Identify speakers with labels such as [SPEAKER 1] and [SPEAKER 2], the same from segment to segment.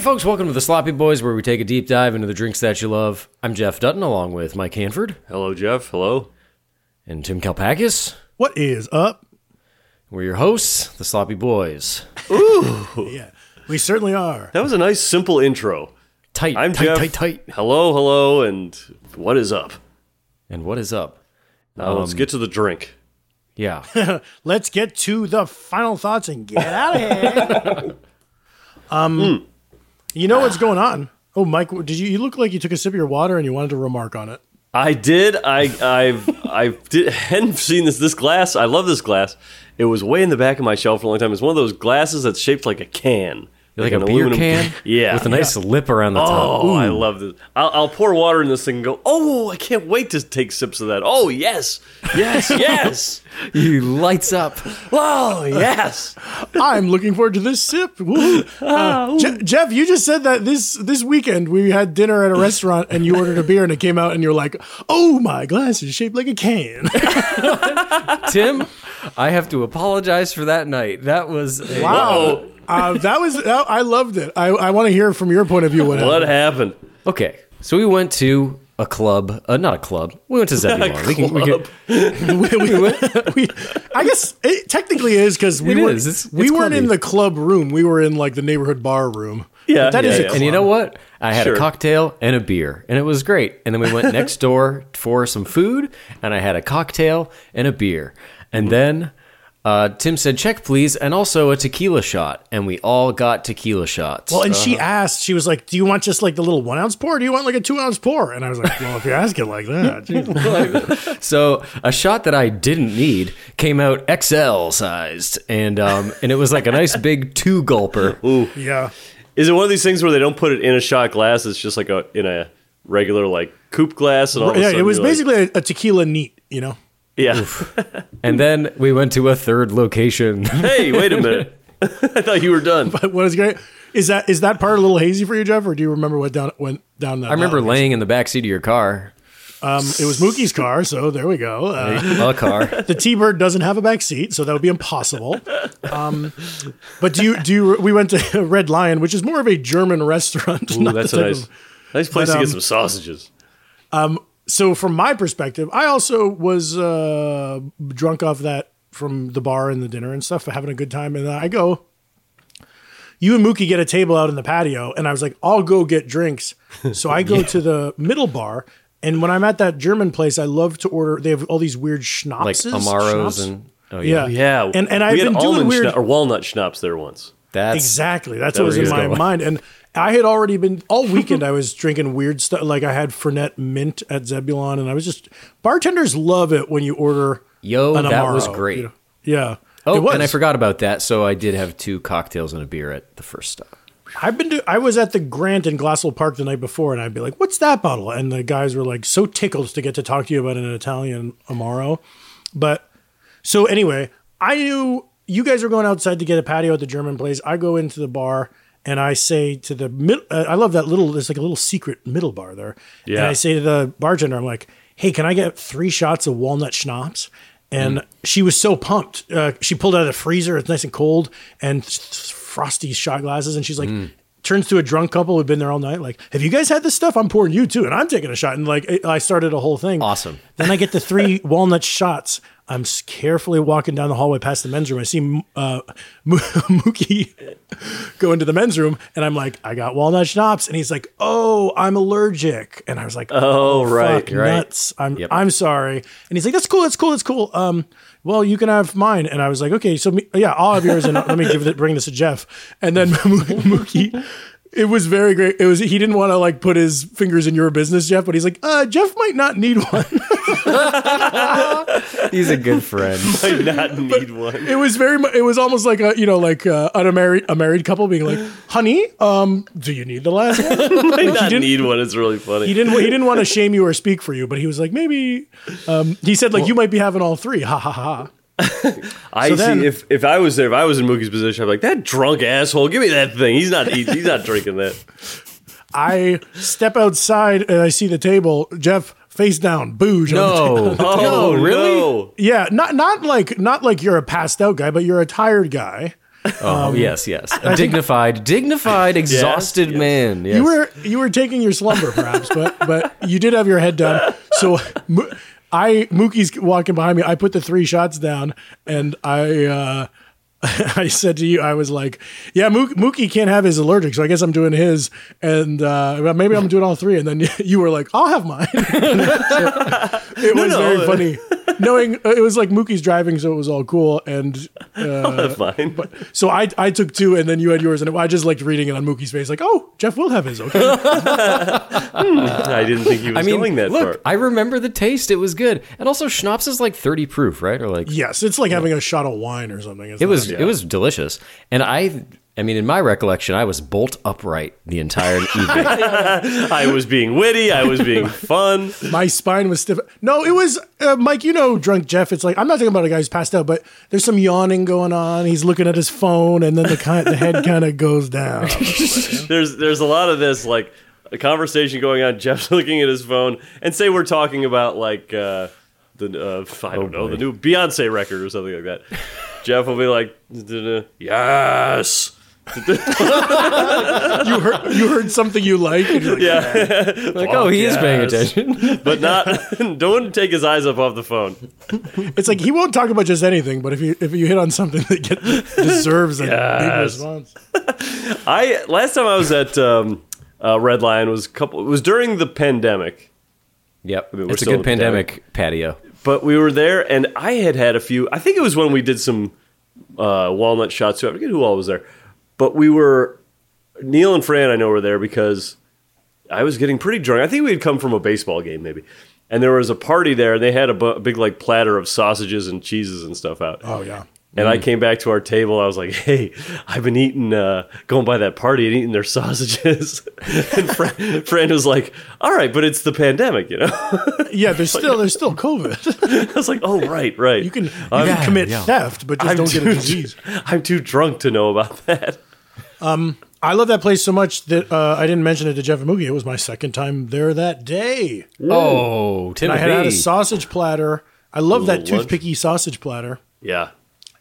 [SPEAKER 1] folks, welcome to the Sloppy Boys, where we take a deep dive into the drinks that you love. I'm Jeff Dutton, along with Mike Hanford
[SPEAKER 2] Hello, Jeff. Hello.
[SPEAKER 1] and Tim Kalpakis.
[SPEAKER 3] What is up?
[SPEAKER 1] We're your hosts, the Sloppy Boys.
[SPEAKER 3] Yeah, we certainly are.
[SPEAKER 2] That was a nice, simple intro.
[SPEAKER 1] Tight,
[SPEAKER 2] I'm
[SPEAKER 1] tight,
[SPEAKER 2] Jeff.
[SPEAKER 1] tight, tight.
[SPEAKER 2] Hello, hello, and what is up?
[SPEAKER 1] And what is up?
[SPEAKER 2] Now
[SPEAKER 1] Um,
[SPEAKER 2] let's get to the drink.
[SPEAKER 1] Yeah,
[SPEAKER 3] Let's get to the final thoughts and get out of here. um, you know what's going on? Oh, Mike, did you? You look like you took a sip of your water and you wanted to remark on it.
[SPEAKER 2] I did. I I've I did, hadn't seen this this glass. I love this glass. It was way in the back of my shelf for a long time. It's one of those glasses that's shaped like a can,
[SPEAKER 1] like,
[SPEAKER 2] an
[SPEAKER 1] a beer
[SPEAKER 2] aluminum
[SPEAKER 1] can,
[SPEAKER 2] Yeah,
[SPEAKER 1] with a nice lip around the top.
[SPEAKER 2] Oh, I love this. I'll, I'll pour water in this thing and go, oh, I can't wait to take sips of that. Oh, yes. Yes, yes.
[SPEAKER 1] He lights up.
[SPEAKER 2] Whoa, yes.
[SPEAKER 3] I'm looking forward to this sip. Woohoo. Uh, Je- Jeff, you just said that this this weekend we had dinner at a restaurant and you ordered a beer and it came out and you're like, "Oh, my glass is shaped like a can."
[SPEAKER 1] Tim, I have to apologize for that night. That was a-
[SPEAKER 3] Wow. Uh, that was uh, I loved it. I, I want to hear from your point of view what happened.
[SPEAKER 2] What happened?
[SPEAKER 1] okay. So we went to a club, uh, not a club. We went to Zebulon. We can, we can,
[SPEAKER 2] Club.
[SPEAKER 3] we, we- we- I guess it technically is because we
[SPEAKER 1] It
[SPEAKER 3] were
[SPEAKER 1] is. It's-
[SPEAKER 3] we
[SPEAKER 1] it's
[SPEAKER 3] weren't in
[SPEAKER 1] clubby.
[SPEAKER 3] the club room. We were in like the neighborhood bar room.
[SPEAKER 2] Yeah,
[SPEAKER 3] But that
[SPEAKER 2] yeah,
[SPEAKER 3] is
[SPEAKER 2] yeah.
[SPEAKER 3] a
[SPEAKER 1] And you know what? I had
[SPEAKER 2] Sure.
[SPEAKER 1] a cocktail and a beer, and it was great. And then we went next door for some food, and I had a cocktail and a beer. And then uh, Tim said, check, please, and also a tequila shot. And we all got tequila shots.
[SPEAKER 3] Well, and she asked, she was like, "Do you want just like the little one ounce pour? Or do you want like a two ounce pour?" And I was like, "Well, if you ask it like that, geez."
[SPEAKER 1] so a shot that I didn't need came out XL sized, and, um, and it was like a nice big two gulper.
[SPEAKER 3] yeah,
[SPEAKER 2] Is it one of these things where they don't put it in a shot glass? It's just like a in a regular like coupe glass, and all of a
[SPEAKER 3] yeah."
[SPEAKER 2] sudden
[SPEAKER 3] It was
[SPEAKER 2] you're like-
[SPEAKER 3] basically a, a tequila neat, you know.
[SPEAKER 2] yeah.
[SPEAKER 1] And then we went to a third location.
[SPEAKER 2] hey, wait a minute. I thought you were done.
[SPEAKER 3] But what is great is that is that part a little hazy for you, Jeff, or do you remember what down went down that?
[SPEAKER 1] I remember laying in the back seat of your car,
[SPEAKER 3] um, it was Mookie's car, so there we go. Uh,
[SPEAKER 1] a car.
[SPEAKER 3] the T-bird doesn't have a back seat, so that would be impossible. Um, but do you do you, we went to Red Lion, which is more of a German restaurant.
[SPEAKER 2] Ooh,
[SPEAKER 3] not
[SPEAKER 2] that's
[SPEAKER 3] the
[SPEAKER 2] a
[SPEAKER 3] type
[SPEAKER 2] nice,
[SPEAKER 3] of-
[SPEAKER 2] nice place
[SPEAKER 3] but,
[SPEAKER 2] to get
[SPEAKER 3] um,
[SPEAKER 2] some sausages.
[SPEAKER 3] so from my perspective, I also was uh, drunk off that from the bar and the dinner and stuff, having a good time, and I go. You and Mookie get a table out in the patio, and I was like, "I'll go get drinks." So I go to the middle bar, and when I'm at that German place, I love to order. They have all these weird
[SPEAKER 1] like
[SPEAKER 3] schnapps,
[SPEAKER 1] Amaros and oh yeah,
[SPEAKER 3] yeah,
[SPEAKER 2] Yeah,
[SPEAKER 3] and and
[SPEAKER 2] we
[SPEAKER 3] I've
[SPEAKER 2] had
[SPEAKER 3] been doing
[SPEAKER 2] almond
[SPEAKER 3] weird
[SPEAKER 2] schna- or walnut schnapps there once.
[SPEAKER 1] that's
[SPEAKER 3] Exactly. That's
[SPEAKER 1] That
[SPEAKER 3] what was
[SPEAKER 1] was
[SPEAKER 3] in my
[SPEAKER 1] going.
[SPEAKER 3] mind. And I had already been all weekend I was drinking weird stuff. Like I had Fernet Mint at Zebulon and I was just bartenders love it when you order
[SPEAKER 1] Yo,
[SPEAKER 3] an
[SPEAKER 1] that was
[SPEAKER 3] Amaro,
[SPEAKER 1] great.
[SPEAKER 3] you know? Yeah.
[SPEAKER 1] Oh,
[SPEAKER 3] it was.
[SPEAKER 1] and I forgot about that. So I did have two cocktails and a beer at the first stop.
[SPEAKER 3] I've been. Do- I was at the Grant in Glassell Park the night before, and I'd be like, "What's that bottle?" And the guys were like, "So tickled to get to talk to you about an Italian Amaro." But so anyway, I knew you guys were going outside to get a patio at the German place. I go into the bar and I say to the middle. Uh, I love that little. There's like a little secret middle bar there. And
[SPEAKER 2] Yeah.
[SPEAKER 3] I say to the bartender, I'm like, "Hey, can I get three shots of walnut schnapps?" And she was so pumped. Uh, she pulled out of the freezer. It's nice and cold, and th- th- frosty shot glasses. And she's like, turns to a drunk couple who'd been there all night. Like, have you guys had this stuff? I'm pouring you too, and I'm taking a shot. And like, I- I started a whole thing.
[SPEAKER 1] Awesome.
[SPEAKER 3] Then I get the three walnut shots. I'm s- carefully walking down the hallway past the men's room. I see uh, Mo- Mookie go into the men's room, and I'm like, I got walnut schnapps, and he's like, Oh, I'm allergic, and I was like,
[SPEAKER 2] Oh, right,
[SPEAKER 3] fuck,
[SPEAKER 2] right.
[SPEAKER 3] nuts. I'm I'm sorry, and he's like, That's cool, that's cool, that's cool. Um, well, you can have mine, and I was like, Okay, so me, yeah, I'll have yours, and let me give it, bring this to Jeff, and then Mookie. It was very great. It was he didn't want to like put his fingers in your business, Jeff, but he's like, uh, Jeff might not need one.
[SPEAKER 1] He's a good friend.
[SPEAKER 2] I not need one.
[SPEAKER 3] It was very. mu- It was almost like a you know like uh, an unmarried a married couple being like, "Honey, um, do you need the last one?"
[SPEAKER 2] I not need one. It's really funny.
[SPEAKER 3] He didn't. He didn't want to shame you or speak for you, but he was like, maybe. Um, he said like, "You might be having all three. Ha ha ha.
[SPEAKER 2] I
[SPEAKER 3] So
[SPEAKER 2] see.
[SPEAKER 3] then-
[SPEAKER 2] if if I was there, if I was in Mookie's position, I'd be like, that drunk asshole. Give me that thing. He's not. He's, he's not drinking that.
[SPEAKER 3] I step outside and I see the table. Jeff face down, booge. on the table.
[SPEAKER 1] No,
[SPEAKER 2] Oh,
[SPEAKER 1] no, really?
[SPEAKER 2] no.
[SPEAKER 3] Yeah, not not like not like you're a passed out guy, but you're a tired guy.
[SPEAKER 1] Oh yes, yes. A dignified, dignified, exhausted
[SPEAKER 2] yes.
[SPEAKER 1] man. Yes.
[SPEAKER 3] You were you were taking your slumber, perhaps, but but you did have your head down. So Mo- I Mookie's walking behind me. I put the three shots down, and I uh, I said to you, I was like, "Yeah, Mook, Mookie can't have his allergic, so I guess I'm doing his, and uh, well, maybe I'm doing all three. And then you were like, "I'll have mine." it was
[SPEAKER 2] no.
[SPEAKER 3] very funny. Knowing it was like Mookie's driving, so it was all cool, and
[SPEAKER 2] That's fine.
[SPEAKER 3] so I I took two, and then you had yours, and I just liked reading it on Mookie's face, like, "Oh, Jeff will have his." Okay,
[SPEAKER 2] I didn't think he was
[SPEAKER 1] I mean,
[SPEAKER 2] going that
[SPEAKER 1] look,
[SPEAKER 2] far.
[SPEAKER 1] I remember the taste. It was good. And also, schnapps is like thirty proof, right? Or like
[SPEAKER 3] yes, it's like having a shot of wine or something.
[SPEAKER 1] it was. It was delicious. And I, I mean, in my recollection, I was bolt upright the entire evening.
[SPEAKER 2] I was being witty. I was being fun.
[SPEAKER 3] my spine was stiff. No, it was uh, Mike. You know, drunk Jeff. It's like I'm not talking about a guy who's passed out, but there's some yawning going on. He's looking at his phone, and then the kind, the head kind of goes down.
[SPEAKER 2] There's there's a lot of this like a conversation going on. Jeff's looking at his phone, and say we're talking about like uh, the uh, I don't know the new Beyonce record or something like that. Jeff will be like, "Duh-duh-duh, yes.
[SPEAKER 3] you heard you heard something you like. And you're like
[SPEAKER 2] Yeah,
[SPEAKER 1] like, oh, he is paying
[SPEAKER 2] yes.
[SPEAKER 1] attention.
[SPEAKER 2] but not. Don't take his eyes up off the phone.
[SPEAKER 3] It's like he won't talk about just anything, but if you if you hit on something that get, deserves a big
[SPEAKER 2] Yes.
[SPEAKER 3] response,
[SPEAKER 2] I last time I was at um, uh, Red Lion was a couple. It was during the pandemic.
[SPEAKER 1] Yep,
[SPEAKER 2] mean, we're
[SPEAKER 1] it's a
[SPEAKER 2] still
[SPEAKER 1] good pandemic patio.
[SPEAKER 2] but we were there, and I had had a few. I think it was when we did some uh, walnut shots too. I forget who all was there, but we were Neil and Fran. I know were there because I was getting pretty drunk. I think we had come from a baseball game maybe, and there was a party there, and they had a bu- a big like platter of sausages and cheeses and stuff out.
[SPEAKER 3] oh yeah.
[SPEAKER 2] And I came back to our table. I was like, "Hey, I've been eating, uh, going by that party and eating their sausages." and Fran, Fran was like, "All right, but it's the pandemic, you know."
[SPEAKER 3] Yeah, there's still there's still COVID.
[SPEAKER 2] I was like, "Oh, right, right."
[SPEAKER 3] You can, you
[SPEAKER 2] I'm-
[SPEAKER 3] can commit
[SPEAKER 1] Oh, yeah.
[SPEAKER 3] theft, but just don't get a disease.
[SPEAKER 2] I'm too drunk to know about that.
[SPEAKER 3] I love that place so much that uh, I didn't mention it to Jeff and Moogie. It was my second time there that day.
[SPEAKER 1] Oh, Timothy.
[SPEAKER 3] I had had a sausage platter. I love that
[SPEAKER 2] little lunch.
[SPEAKER 3] toothpicky sausage platter.
[SPEAKER 2] Yeah.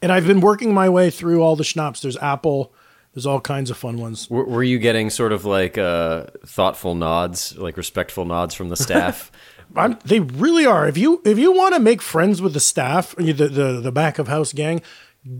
[SPEAKER 3] And I've been working my way through all the schnapps. There's apple. There's all kinds of fun ones.
[SPEAKER 1] Were, were you getting sort of like uh, thoughtful nods, like respectful nods from the staff?
[SPEAKER 3] I'm, they really are. If you if you want to make friends with the staff, the, the the back of house gang,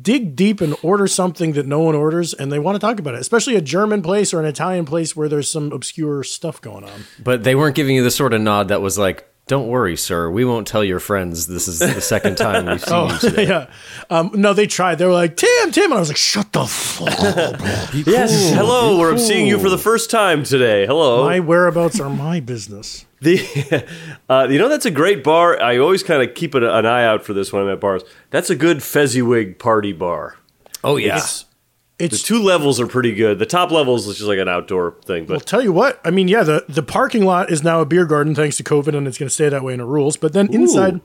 [SPEAKER 3] dig deep and order something that no one orders, and they want to talk about it. Especially a German place or an Italian place where there's some obscure stuff going on.
[SPEAKER 1] but they weren't giving you the sort of nod that was like, "Don't worry, sir. We won't tell your friends. This is the second time we've
[SPEAKER 3] Oh.
[SPEAKER 1] seen you." Today.
[SPEAKER 3] yeah. Um, no, they tried. They were like, Tim, Tim. And I was like, shut the fuck up.
[SPEAKER 2] Yes. Hello. We're seeing you for the first time today. Hello.
[SPEAKER 3] My whereabouts are my business.
[SPEAKER 2] the, uh, you know that's a great bar. I always kind of keep an, an eye out for this when I'm at bars. That's a good Fezziwig party bar.
[SPEAKER 1] Oh yeah.
[SPEAKER 3] It's,
[SPEAKER 2] The
[SPEAKER 3] it's,
[SPEAKER 2] two levels are pretty good. The top level is just like an outdoor thing,
[SPEAKER 3] I'll
[SPEAKER 2] but
[SPEAKER 3] tell you what. I mean, yeah, the, the parking lot is now a beer garden thanks to COVID, and it's going to stay that way in the rules. But then inside,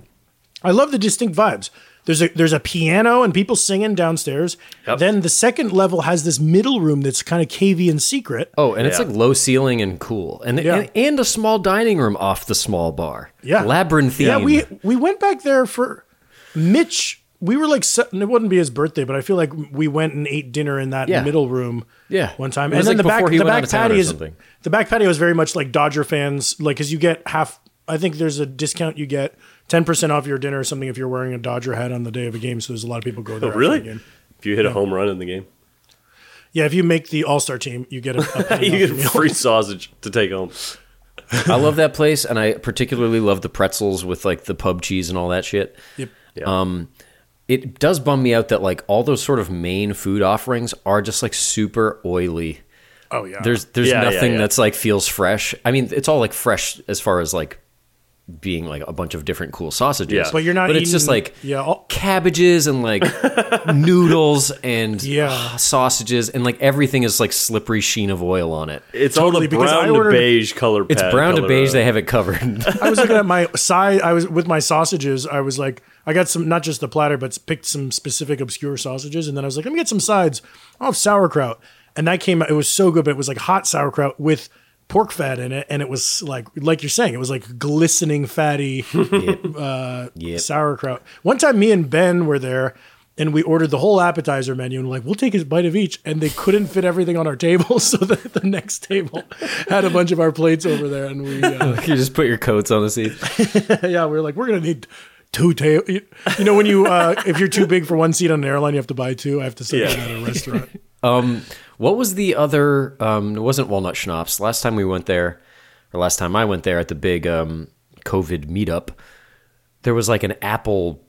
[SPEAKER 3] I love the distinct vibes. There's a there's a piano and people singing downstairs.
[SPEAKER 2] Yep.
[SPEAKER 3] Then the second level has this middle room that's kind of cavey and secret.
[SPEAKER 1] Oh, and it's
[SPEAKER 2] Yeah.
[SPEAKER 1] like low ceiling and cool, and,
[SPEAKER 3] Yeah.
[SPEAKER 1] and and a small dining room off the small bar.
[SPEAKER 3] Yeah.
[SPEAKER 1] labyrinthine.
[SPEAKER 3] Yeah, we we went back there for Mitch. We were like, se- and it wouldn't be his birthday, but I feel like we went and ate dinner in that
[SPEAKER 1] Yeah.
[SPEAKER 3] middle room.
[SPEAKER 1] Yeah.
[SPEAKER 3] one time,
[SPEAKER 1] It
[SPEAKER 3] and
[SPEAKER 1] was
[SPEAKER 3] then
[SPEAKER 1] like
[SPEAKER 3] the back
[SPEAKER 1] before he
[SPEAKER 3] the
[SPEAKER 1] went out
[SPEAKER 3] back
[SPEAKER 1] of town or
[SPEAKER 3] patio is
[SPEAKER 1] something.
[SPEAKER 3] the back patio is very much like Dodger fans, like because you get half. I think there's a discount you get ten percent off your dinner or something if you're wearing a Dodger hat on the day of a game. So there's a lot of people go there. after the
[SPEAKER 2] Oh, really,
[SPEAKER 3] game.
[SPEAKER 2] if you hit a home run in the game,
[SPEAKER 3] Yeah, if you make the All Star team, you get a, a penny
[SPEAKER 2] you get
[SPEAKER 3] off your
[SPEAKER 2] a
[SPEAKER 3] meal.
[SPEAKER 2] free sausage to take home.
[SPEAKER 1] I love that place, and I particularly love the pretzels with like the pub cheese and all that shit.
[SPEAKER 3] Yep.
[SPEAKER 1] Um, it does bum me out that like all those sort of main food offerings are just like super oily.
[SPEAKER 3] Oh yeah,
[SPEAKER 1] There's there's
[SPEAKER 2] Yeah, yeah,
[SPEAKER 1] nothing
[SPEAKER 2] yeah.
[SPEAKER 1] that's like feels fresh. I mean, it's all like fresh as far as like being like a bunch of different cool sausages.
[SPEAKER 2] Yeah.
[SPEAKER 3] but you're not.
[SPEAKER 1] But it's just
[SPEAKER 3] eating-
[SPEAKER 1] like
[SPEAKER 3] yeah, all,
[SPEAKER 1] cabbages and like noodles and
[SPEAKER 3] Yeah.
[SPEAKER 1] ah, sausages and like everything is like slippery sheen of oil on it.
[SPEAKER 2] It's
[SPEAKER 3] Totally,
[SPEAKER 2] all the
[SPEAKER 3] because I
[SPEAKER 2] brown
[SPEAKER 3] ordered-
[SPEAKER 2] to beige color.
[SPEAKER 1] It's
[SPEAKER 2] pad-
[SPEAKER 1] brown to
[SPEAKER 2] color,
[SPEAKER 1] beige.
[SPEAKER 2] uh,
[SPEAKER 1] They have it covered.
[SPEAKER 3] I was looking at my side. I was with my sausages. I was like, I got some, not just the platter, but picked some specific obscure sausages. And then I was like, let me get some sides. I'll have sauerkraut. And that came out. It was so good, but it was like hot sauerkraut with pork fat in it. And it was like, like you're saying, it was like glistening, fatty uh,
[SPEAKER 1] yeah.
[SPEAKER 3] sauerkraut. One time, me and Ben were there, and we ordered the whole appetizer menu and like we'll take a bite of each and they couldn't fit everything on our table so that the next table had a bunch of our plates over there and we uh,
[SPEAKER 1] You just put your coats on the seat.
[SPEAKER 3] yeah we were like we're gonna need two tables you, you know when you uh, if you're too big for one seat on an airline you have to buy two i have to say
[SPEAKER 2] Yeah.
[SPEAKER 3] that at a restaurant
[SPEAKER 1] Um, what was the other? Um, it wasn't walnut schnapps. Last time we went there, or last time I went there at the big um, COVID meetup, there was like an apple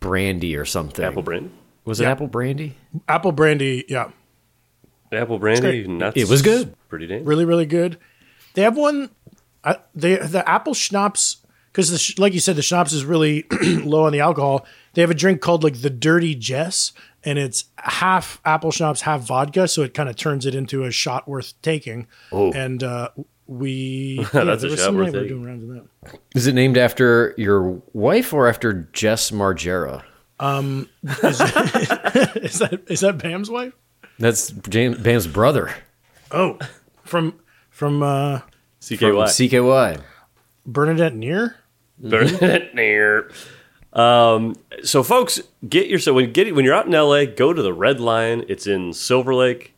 [SPEAKER 1] brandy or something.
[SPEAKER 2] Apple brandy.
[SPEAKER 1] was it apple brandy?
[SPEAKER 3] apple brandy yeah
[SPEAKER 2] Apple brandy. Nuts.
[SPEAKER 1] It was good.
[SPEAKER 2] Pretty dang.
[SPEAKER 3] really really good they have one I, they the apple schnapps because the sch- like you said the schnapps is really low on the alcohol they have a drink called like the dirty jess and it's half apple schnapps half vodka so it kind of turns it into a shot worth taking oh. and uh we yeah,
[SPEAKER 2] That's a
[SPEAKER 3] there was
[SPEAKER 2] shot
[SPEAKER 3] some
[SPEAKER 2] worth
[SPEAKER 3] night we were
[SPEAKER 2] taking.
[SPEAKER 3] doing rounds of that.
[SPEAKER 1] Is it named after your wife or after Jess Margera?
[SPEAKER 3] is that is that bam's wife
[SPEAKER 1] That's James, Bam's brother
[SPEAKER 3] oh from from uh
[SPEAKER 1] from
[SPEAKER 2] CKY.
[SPEAKER 1] CKY.
[SPEAKER 3] bernadette near
[SPEAKER 2] Bernadette Neer. Um, so folks, get yourself when get when you're out in LA, go to the Red Lion. It's in Silver Lake.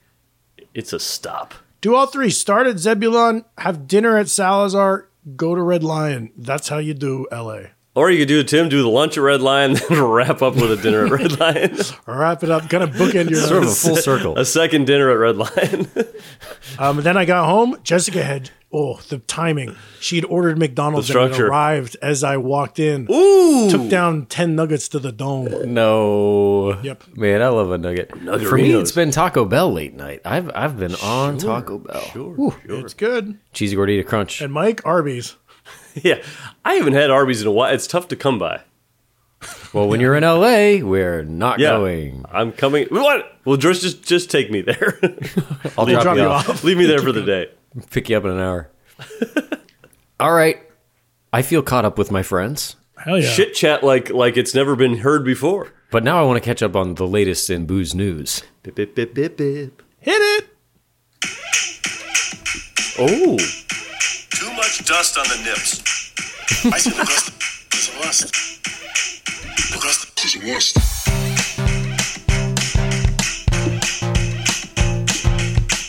[SPEAKER 2] It's a stop.
[SPEAKER 3] Do all three. Start at Zebulon, have dinner at Salazar, go to Red Lion. That's how you do LA.
[SPEAKER 2] Or you could do Tim do the lunch at Red Lion, then wrap up with a dinner at Red Lion.
[SPEAKER 3] Wrap it up, kind of bookend
[SPEAKER 1] Sort
[SPEAKER 3] your.
[SPEAKER 1] of a full circle.
[SPEAKER 2] a second dinner at Red Lion.
[SPEAKER 3] um, and then I got home. Jessica had oh the timing. She had ordered McDonald's
[SPEAKER 2] The
[SPEAKER 3] and it
[SPEAKER 2] structure.
[SPEAKER 3] arrived as I walked in.
[SPEAKER 2] Ooh,
[SPEAKER 3] Took down ten nuggets to the dome.
[SPEAKER 1] No.
[SPEAKER 3] Yep.
[SPEAKER 1] Man, I love a nugget. For me,
[SPEAKER 2] Nuggerinos.
[SPEAKER 1] it's been Taco Bell late night. I've I've been on Taco Bell.
[SPEAKER 2] Sure, sure.
[SPEAKER 3] It's good.
[SPEAKER 1] Cheesy gordita crunch.
[SPEAKER 3] And Mike Arby's.
[SPEAKER 2] Yeah, I haven't had Arby's in a while. It's tough to come by.
[SPEAKER 1] well, when you're in LA, we're not
[SPEAKER 2] Yeah,
[SPEAKER 1] going.
[SPEAKER 2] I'm coming. We want. Well, just just just take me there.
[SPEAKER 1] I'll
[SPEAKER 3] We'll
[SPEAKER 1] drop,
[SPEAKER 3] drop
[SPEAKER 1] you
[SPEAKER 3] you
[SPEAKER 1] off.
[SPEAKER 2] Leave me there for the day.
[SPEAKER 1] Pick you up in an hour. All right. I feel caught up with my friends,
[SPEAKER 3] Hell yeah.
[SPEAKER 2] Chit chat like like it's never been heard before.
[SPEAKER 1] but now I want to catch up on the latest in booze news.
[SPEAKER 2] Bip, bip, bip, bip, bip.
[SPEAKER 3] Hit it.
[SPEAKER 2] Oh,
[SPEAKER 4] Too much dust on the nips. I said the dust is a lust. The dust is a lust.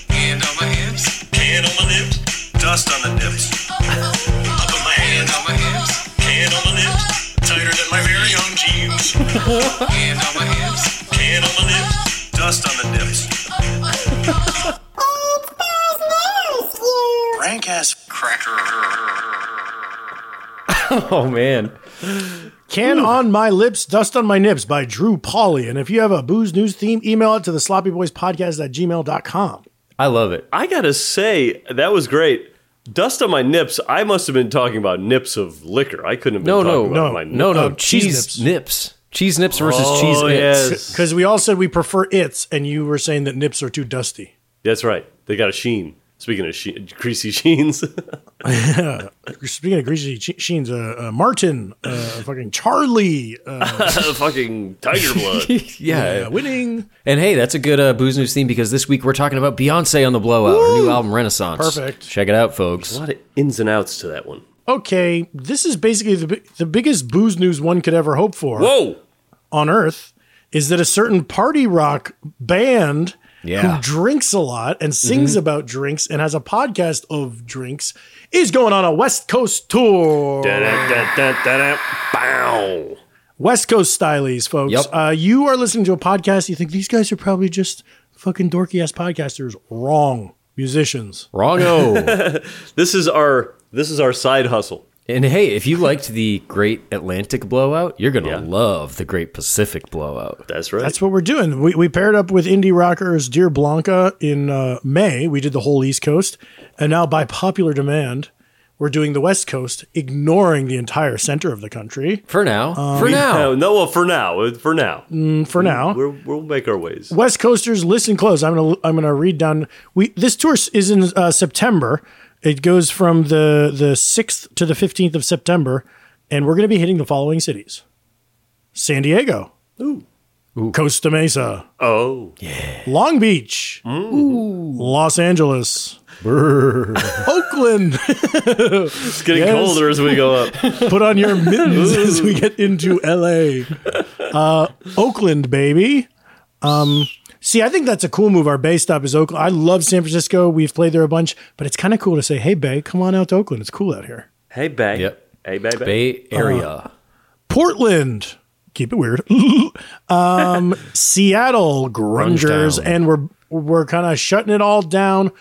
[SPEAKER 5] Hand on my hips.
[SPEAKER 4] Hand on my lips. Dust on the nips. I put my hand
[SPEAKER 5] Hand
[SPEAKER 4] on
[SPEAKER 5] on my hips.
[SPEAKER 4] hand on my lips. Tighter than my very own jeans.
[SPEAKER 5] Hand on my hips.
[SPEAKER 4] Hand on my lips. Dust on the nips. Rank ass cracker.
[SPEAKER 1] Oh man.
[SPEAKER 3] Can on my lips, dust on my nips by Drew Pauly. And if you have a booze news theme, email it to the sloppy boys podcast at gmail.com.
[SPEAKER 1] I love it.
[SPEAKER 2] I gotta say that was great. Dust on my nips. I must have been talking about nips of liquor. I couldn't have been
[SPEAKER 1] No,
[SPEAKER 2] talking
[SPEAKER 1] no,
[SPEAKER 2] about
[SPEAKER 3] no,
[SPEAKER 2] my
[SPEAKER 1] No, no,
[SPEAKER 3] Uh,
[SPEAKER 1] cheese,
[SPEAKER 3] cheese
[SPEAKER 1] nips. Cheese nips versus
[SPEAKER 2] Oh,
[SPEAKER 1] cheese its.
[SPEAKER 2] yes.
[SPEAKER 3] Because we all said we prefer its, and you were saying that nips are too dusty.
[SPEAKER 2] That's right. They got a sheen. Speaking of sheen, greasy sheens,
[SPEAKER 3] Speaking of greasy che- sheens, uh, uh, Martin, uh, fucking Charlie, uh,
[SPEAKER 2] fucking tiger blood.
[SPEAKER 1] Yeah.
[SPEAKER 3] uh, winning.
[SPEAKER 1] And hey, that's a good uh, booze news theme because this week we're talking about Beyonce on the blowout, her new album Renaissance.
[SPEAKER 3] Perfect.
[SPEAKER 1] Check it out, folks.
[SPEAKER 2] a lot of ins and outs to that one.
[SPEAKER 3] Okay, this is basically the bi- the biggest booze news one could ever hope for
[SPEAKER 2] Whoa.
[SPEAKER 3] on Earth. Is that a certain party rock band
[SPEAKER 1] Yeah. Mm-hmm.
[SPEAKER 3] who drinks a lot and sings about drinks and has a podcast of drinks is going on a West Coast tour?
[SPEAKER 2] Da-da-da-da-da-da. Bow.
[SPEAKER 3] West Coast stylies, folks.
[SPEAKER 1] Yep.
[SPEAKER 3] Uh, you are listening to a podcast. You think these guys are probably just fucking dorky ass podcasters. Wrong. Musicians.
[SPEAKER 1] Wrongo.
[SPEAKER 2] This is our this is our side hustle.
[SPEAKER 1] and hey, if you liked the Great Atlantic blowout, you're gonna
[SPEAKER 2] Yeah.
[SPEAKER 1] love the Great Pacific blowout.
[SPEAKER 2] That's right.
[SPEAKER 3] That's what we're doing. We, we paired up with indie rockers Dear Blanca in uh, May. We did the whole East Coast. And now, by popular demand, we're doing the West Coast, ignoring the entire center of the country
[SPEAKER 1] For now, for
[SPEAKER 2] no,
[SPEAKER 1] now,
[SPEAKER 2] no, well, for now, for now,
[SPEAKER 3] for now.
[SPEAKER 2] we're, we'll make our ways.
[SPEAKER 3] West Coasters, listen close. I'm gonna I'm gonna read down. We this tour s- is in uh, September. It goes from the the sixth to the fifteenth of September, and we're gonna be hitting the following cities: San Diego, Costa Mesa,
[SPEAKER 2] Oh,
[SPEAKER 3] Long Beach, Los Angeles, Oakland.
[SPEAKER 2] it's getting
[SPEAKER 3] Yes.
[SPEAKER 2] colder as we go up.
[SPEAKER 3] Put on your mittens as we get into L.A. Uh, Oakland, baby. Um, see, I think that's a cool move. Our Bay stop is Oakland. I love San Francisco. We've played there a bunch, but it's kind of cool to say, "Hey, Bay, come on out to Oakland. It's cool out here."
[SPEAKER 2] Hey, Bay.
[SPEAKER 1] Yep.
[SPEAKER 2] Hey, Bay. Bay.
[SPEAKER 1] Bay Area.
[SPEAKER 3] Portland, keep it weird. um, Seattle, grungers,
[SPEAKER 1] Grungetown.
[SPEAKER 3] and we're we're kind of shutting it all down.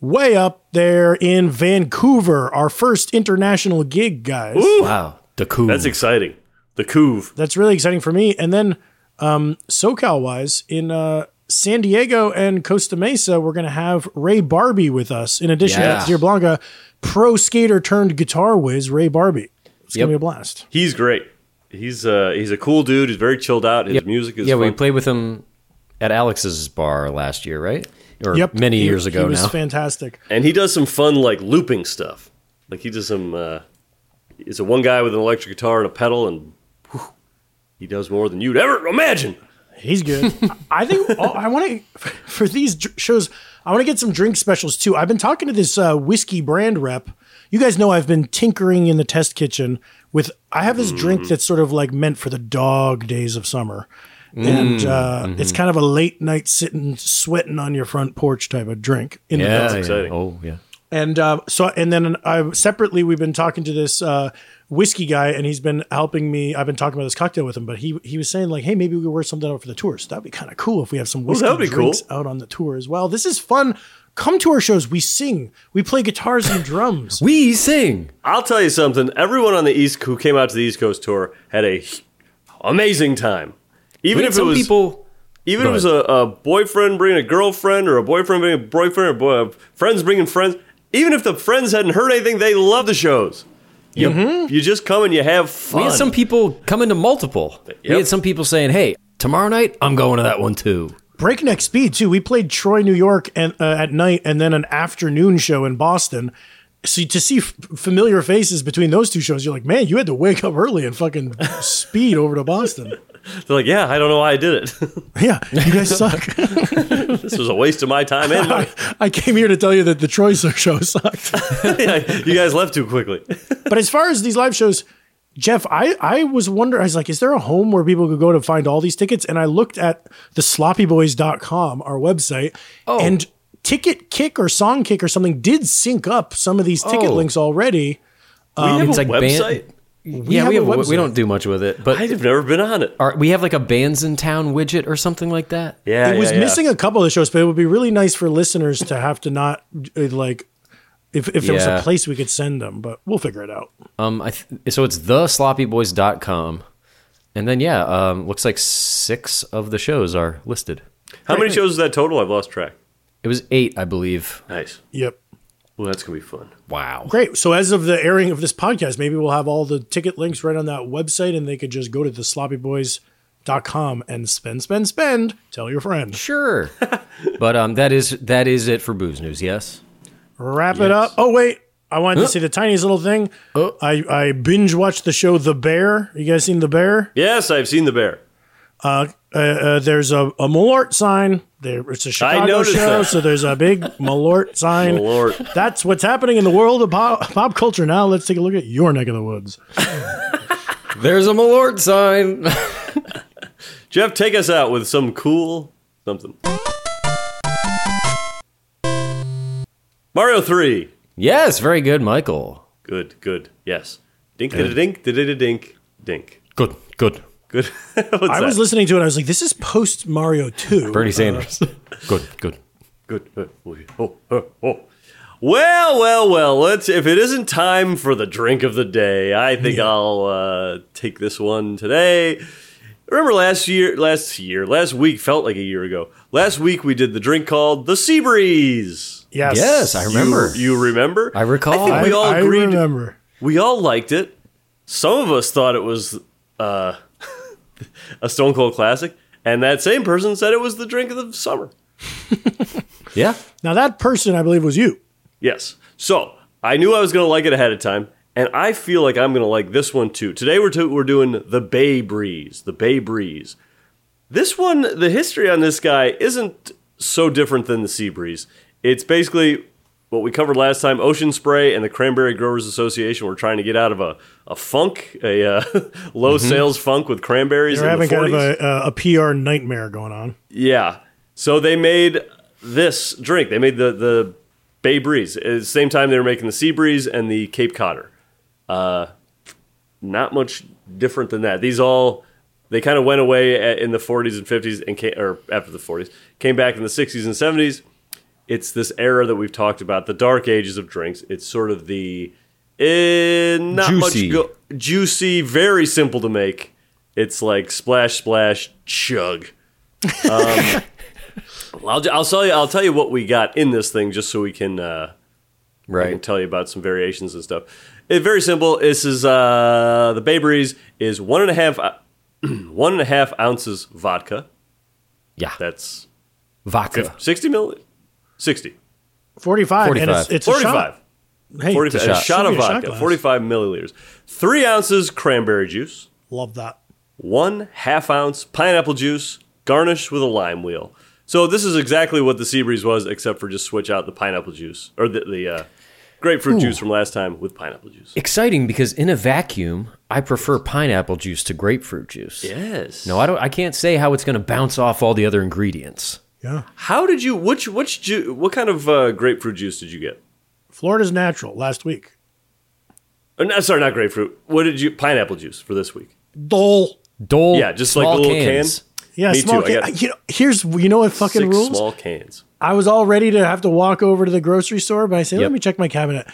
[SPEAKER 3] Way up there in Vancouver, our first international gig, guys.
[SPEAKER 1] Wow. The cool.
[SPEAKER 2] That's exciting. The Couve.
[SPEAKER 3] that's really exciting for me. And then um, SoCal wise, in uh, San Diego and Costa Mesa, we're going to have Ray Barbie with us. In addition
[SPEAKER 1] Yeah.
[SPEAKER 3] to Sierra Blanca, pro skater turned guitar whiz Ray Barbie. It's
[SPEAKER 1] Yep.
[SPEAKER 3] going to be a blast.
[SPEAKER 2] He's great. He's uh he's a cool dude. He's very chilled out. His music is
[SPEAKER 1] yeah,
[SPEAKER 2] fun.
[SPEAKER 1] we played with him at Alex's bar last year, right? Or
[SPEAKER 3] Yep,
[SPEAKER 1] many
[SPEAKER 3] He-
[SPEAKER 1] years ago
[SPEAKER 3] he was
[SPEAKER 1] now.
[SPEAKER 3] fantastic.
[SPEAKER 2] and he does some fun like looping stuff. Like he does some. Uh, it's a one guy with an electric guitar and a pedal, and whew, he does more than you'd ever imagine.
[SPEAKER 3] He's good. I think oh, I want to for these dr- shows. I want to get some drink specials too. I've been talking to this uh, whiskey brand rep. You guys know I've been tinkering in the test kitchen with. I have this drink that's sort of like meant for the dog days of summer, and uh, it's kind of a late night sitting, sweating on your front porch type of drink. In the
[SPEAKER 1] yeah,
[SPEAKER 3] desert.
[SPEAKER 1] yeah.
[SPEAKER 2] exciting.
[SPEAKER 1] Oh, yeah.
[SPEAKER 3] And uh, so, and then I separately we've been talking to this uh, whiskey guy, and he's been helping me. I've been talking about this cocktail with him, but he he was saying like, hey, maybe we could wear something out for the tours. That'd be kind of cool if we have some whiskey
[SPEAKER 2] that'd be
[SPEAKER 3] drinks
[SPEAKER 2] cool.
[SPEAKER 3] out on the tour as well. This is fun. Come to our shows. We sing. We play guitars and drums.
[SPEAKER 1] We sing.
[SPEAKER 2] I'll tell you something. Everyone on the East who came out to the East Coast tour had a h- amazing time. Even
[SPEAKER 1] We had
[SPEAKER 2] if it
[SPEAKER 1] some
[SPEAKER 2] was
[SPEAKER 1] people.
[SPEAKER 2] even if
[SPEAKER 1] Go
[SPEAKER 2] it was a, a boyfriend bringing a girlfriend, or a boyfriend bringing a boyfriend, or boy, friends bringing friends. Even if the friends hadn't heard anything, they love the shows. You, you just come and you have fun.
[SPEAKER 1] Mm-hmm. We had some people coming to multiple. We
[SPEAKER 2] Yep.
[SPEAKER 1] had some people saying, "Hey, tomorrow night I'm going to that one too."
[SPEAKER 3] Breakneck speed too. We played Troy, New York, and uh, at night, and then an afternoon show in Boston. See to see f- familiar faces between those two shows, you're like, man, you had to wake up early and fucking speed over to Boston.
[SPEAKER 2] They're like, yeah, I don't know why I did it.
[SPEAKER 3] Yeah, you guys suck.
[SPEAKER 2] this was a waste of my time and money.
[SPEAKER 3] I came here to tell you that the Troy show sucked.
[SPEAKER 2] Yeah, you guys left too quickly.
[SPEAKER 3] but as far as these live shows, Jeff, I, I was wondering, I was like, is there a home where people could go to find all these tickets? And I looked at the sloppyboys.com, our website, and Ticket Kick or Song Kick or something did sync up some of these ticket
[SPEAKER 1] Oh.
[SPEAKER 3] links already.
[SPEAKER 2] we have
[SPEAKER 1] Um, it's
[SPEAKER 2] a
[SPEAKER 1] like band-
[SPEAKER 2] website.
[SPEAKER 1] yeah,
[SPEAKER 3] have
[SPEAKER 1] we
[SPEAKER 3] a
[SPEAKER 1] have, we-
[SPEAKER 3] website.
[SPEAKER 1] we don't do much with it, but
[SPEAKER 2] I've never been on it.
[SPEAKER 1] our, we have like a bands in town widget or something like that.
[SPEAKER 2] Yeah,
[SPEAKER 3] it was missing a couple of the shows, but it would be really nice for listeners to have to not, uh, like, if, if there was a
[SPEAKER 1] Yeah.
[SPEAKER 3] place we could send them, but we'll figure it out.
[SPEAKER 1] Um, I th- so it's thesloppyboys.com. And then yeah, um, looks like 6 of the shows are listed.
[SPEAKER 2] How many shows is that total? I've lost track.
[SPEAKER 1] It was 8, I believe.
[SPEAKER 2] Nice.
[SPEAKER 3] Yep.
[SPEAKER 2] Well, that's gonna be fun.
[SPEAKER 1] Wow.
[SPEAKER 3] Great. So as of the airing of this podcast, maybe we'll have all the ticket links right on that website and they could just go to the sloppyboys.com and spend, spend, spend. Tell your friend.
[SPEAKER 1] Sure. but um that is that is it for booze news, yes.
[SPEAKER 3] Wrap it up. Oh wait. I wanted to say the tiniest little thing. I, I binge watched the show The Bear. You guys seen The Bear?
[SPEAKER 2] Yes, I've seen the bear.
[SPEAKER 3] Uh, uh, there's a, a Malort sign. There, it's a Chicago
[SPEAKER 2] noticed
[SPEAKER 3] show,
[SPEAKER 2] that.
[SPEAKER 3] so there's a big Malort sign.
[SPEAKER 2] Lord.
[SPEAKER 3] That's what's happening in the world of pop, pop culture now. Let's take a look at your neck of the woods.
[SPEAKER 1] There's a Malort sign.
[SPEAKER 2] Jeff, take us out with some cool something. Mario three.
[SPEAKER 1] yes, very good, Michael.
[SPEAKER 2] Good, good. Yes. Dink did a dink did a dink dink.
[SPEAKER 1] Good, good.
[SPEAKER 2] Good. What's
[SPEAKER 3] I
[SPEAKER 2] that?
[SPEAKER 3] was listening to it. I was like, this is post Mario 2.
[SPEAKER 1] Bernie Sanders. Uh, good, good.
[SPEAKER 2] Good. Uh, we- Oh, oh, oh. Well, well, well. Let's. If it isn't time for the drink of the day, I think I'll uh, take this one today. Remember last year? Last year? Last week felt like a year ago. Last week we did the drink called the Sea Breeze.
[SPEAKER 3] Yes.
[SPEAKER 1] Yes, I remember.
[SPEAKER 2] You remember?
[SPEAKER 1] I recall.
[SPEAKER 2] I think we all
[SPEAKER 3] I
[SPEAKER 2] agreed.
[SPEAKER 3] remember.
[SPEAKER 2] We all liked it. Some of us thought it was uh, a Stone Cold classic, and that same person said it was the drink of the summer.
[SPEAKER 1] Yeah.
[SPEAKER 3] Now that person, I believe, was you.
[SPEAKER 2] Yes. So I knew I was going to like it ahead of time, and I feel like I'm going to like this one too. Today we're to, we're doing the Bay Breeze. The Bay Breeze. This one, the history on this guy isn't so different than the Sea Breeze. It's basically what we covered last time, Ocean Spray and the Cranberry Growers Association were trying to get out of a, a funk, a uh, low sales funk with cranberries.
[SPEAKER 3] They're
[SPEAKER 2] in the
[SPEAKER 3] Mm-hmm. having kind of
[SPEAKER 2] 40s.
[SPEAKER 3] a, a, a PR nightmare going on.
[SPEAKER 2] Yeah. So they made this drink. They made the the Bay Breeze. At the same time, they were making the Sea Breeze and the Cape Codder. Uh, not much different than that. These all they kind of went away at, in the 40s and 50s and came, or after the 40s, came back in the 60s and 70s. It's this era that we've talked about, the dark ages of drinks. It's sort of the eh, not
[SPEAKER 1] Juicy.
[SPEAKER 2] much go- juicy, very simple to make. It's like splash, splash, chug. Um, I'll, I'll tell you. I'll tell you what we got in this thing, just so we can uh, I can
[SPEAKER 1] Right.
[SPEAKER 2] tell you about some variations and stuff. It's very simple. This is uh, the Bay Breeze is one and a half uh, one and a half ounces vodka.
[SPEAKER 1] Yeah.
[SPEAKER 2] That's
[SPEAKER 1] Vodka.
[SPEAKER 2] sixty mil, sixty.
[SPEAKER 3] 45, and it's,
[SPEAKER 1] 45.
[SPEAKER 3] it's a
[SPEAKER 2] Forty-five.
[SPEAKER 3] shot. Hey,
[SPEAKER 2] 45
[SPEAKER 1] a
[SPEAKER 2] a
[SPEAKER 1] shot.
[SPEAKER 2] shot,
[SPEAKER 3] Should
[SPEAKER 2] of
[SPEAKER 3] be a shot
[SPEAKER 2] vodka,
[SPEAKER 3] glass.
[SPEAKER 2] 45 milliliters, three ounces cranberry juice,
[SPEAKER 3] love that.
[SPEAKER 2] one half ounce pineapple juice, garnish with a lime wheel. So this is exactly what the sea breeze was, except for just switch out the pineapple juice or the, the uh, grapefruit juice from last time with pineapple juice.
[SPEAKER 1] Exciting because in a vacuum, I prefer pineapple juice to grapefruit juice.
[SPEAKER 2] Yes.
[SPEAKER 1] No, Oh, I don't. I can't say how it's going to bounce off all the other ingredients.
[SPEAKER 3] Yeah.
[SPEAKER 2] How did you? Which which ju- What kind of uh, grapefruit juice did you get?
[SPEAKER 3] Florida's natural last week.
[SPEAKER 2] Or, no, sorry, not grapefruit. What did you? Pineapple juice for this week.
[SPEAKER 3] Dole.
[SPEAKER 1] Dole.
[SPEAKER 2] Yeah, just like the little
[SPEAKER 1] cans.
[SPEAKER 2] can.
[SPEAKER 3] Yeah,
[SPEAKER 2] Me
[SPEAKER 3] small
[SPEAKER 2] too, I
[SPEAKER 3] can.
[SPEAKER 2] got
[SPEAKER 3] I- you know, here's you know what fucking
[SPEAKER 2] Six
[SPEAKER 3] rules.
[SPEAKER 2] small cans.
[SPEAKER 3] I was all ready to have to walk over to the grocery store, but I said,
[SPEAKER 1] Yep.
[SPEAKER 3] let me check my cabinet.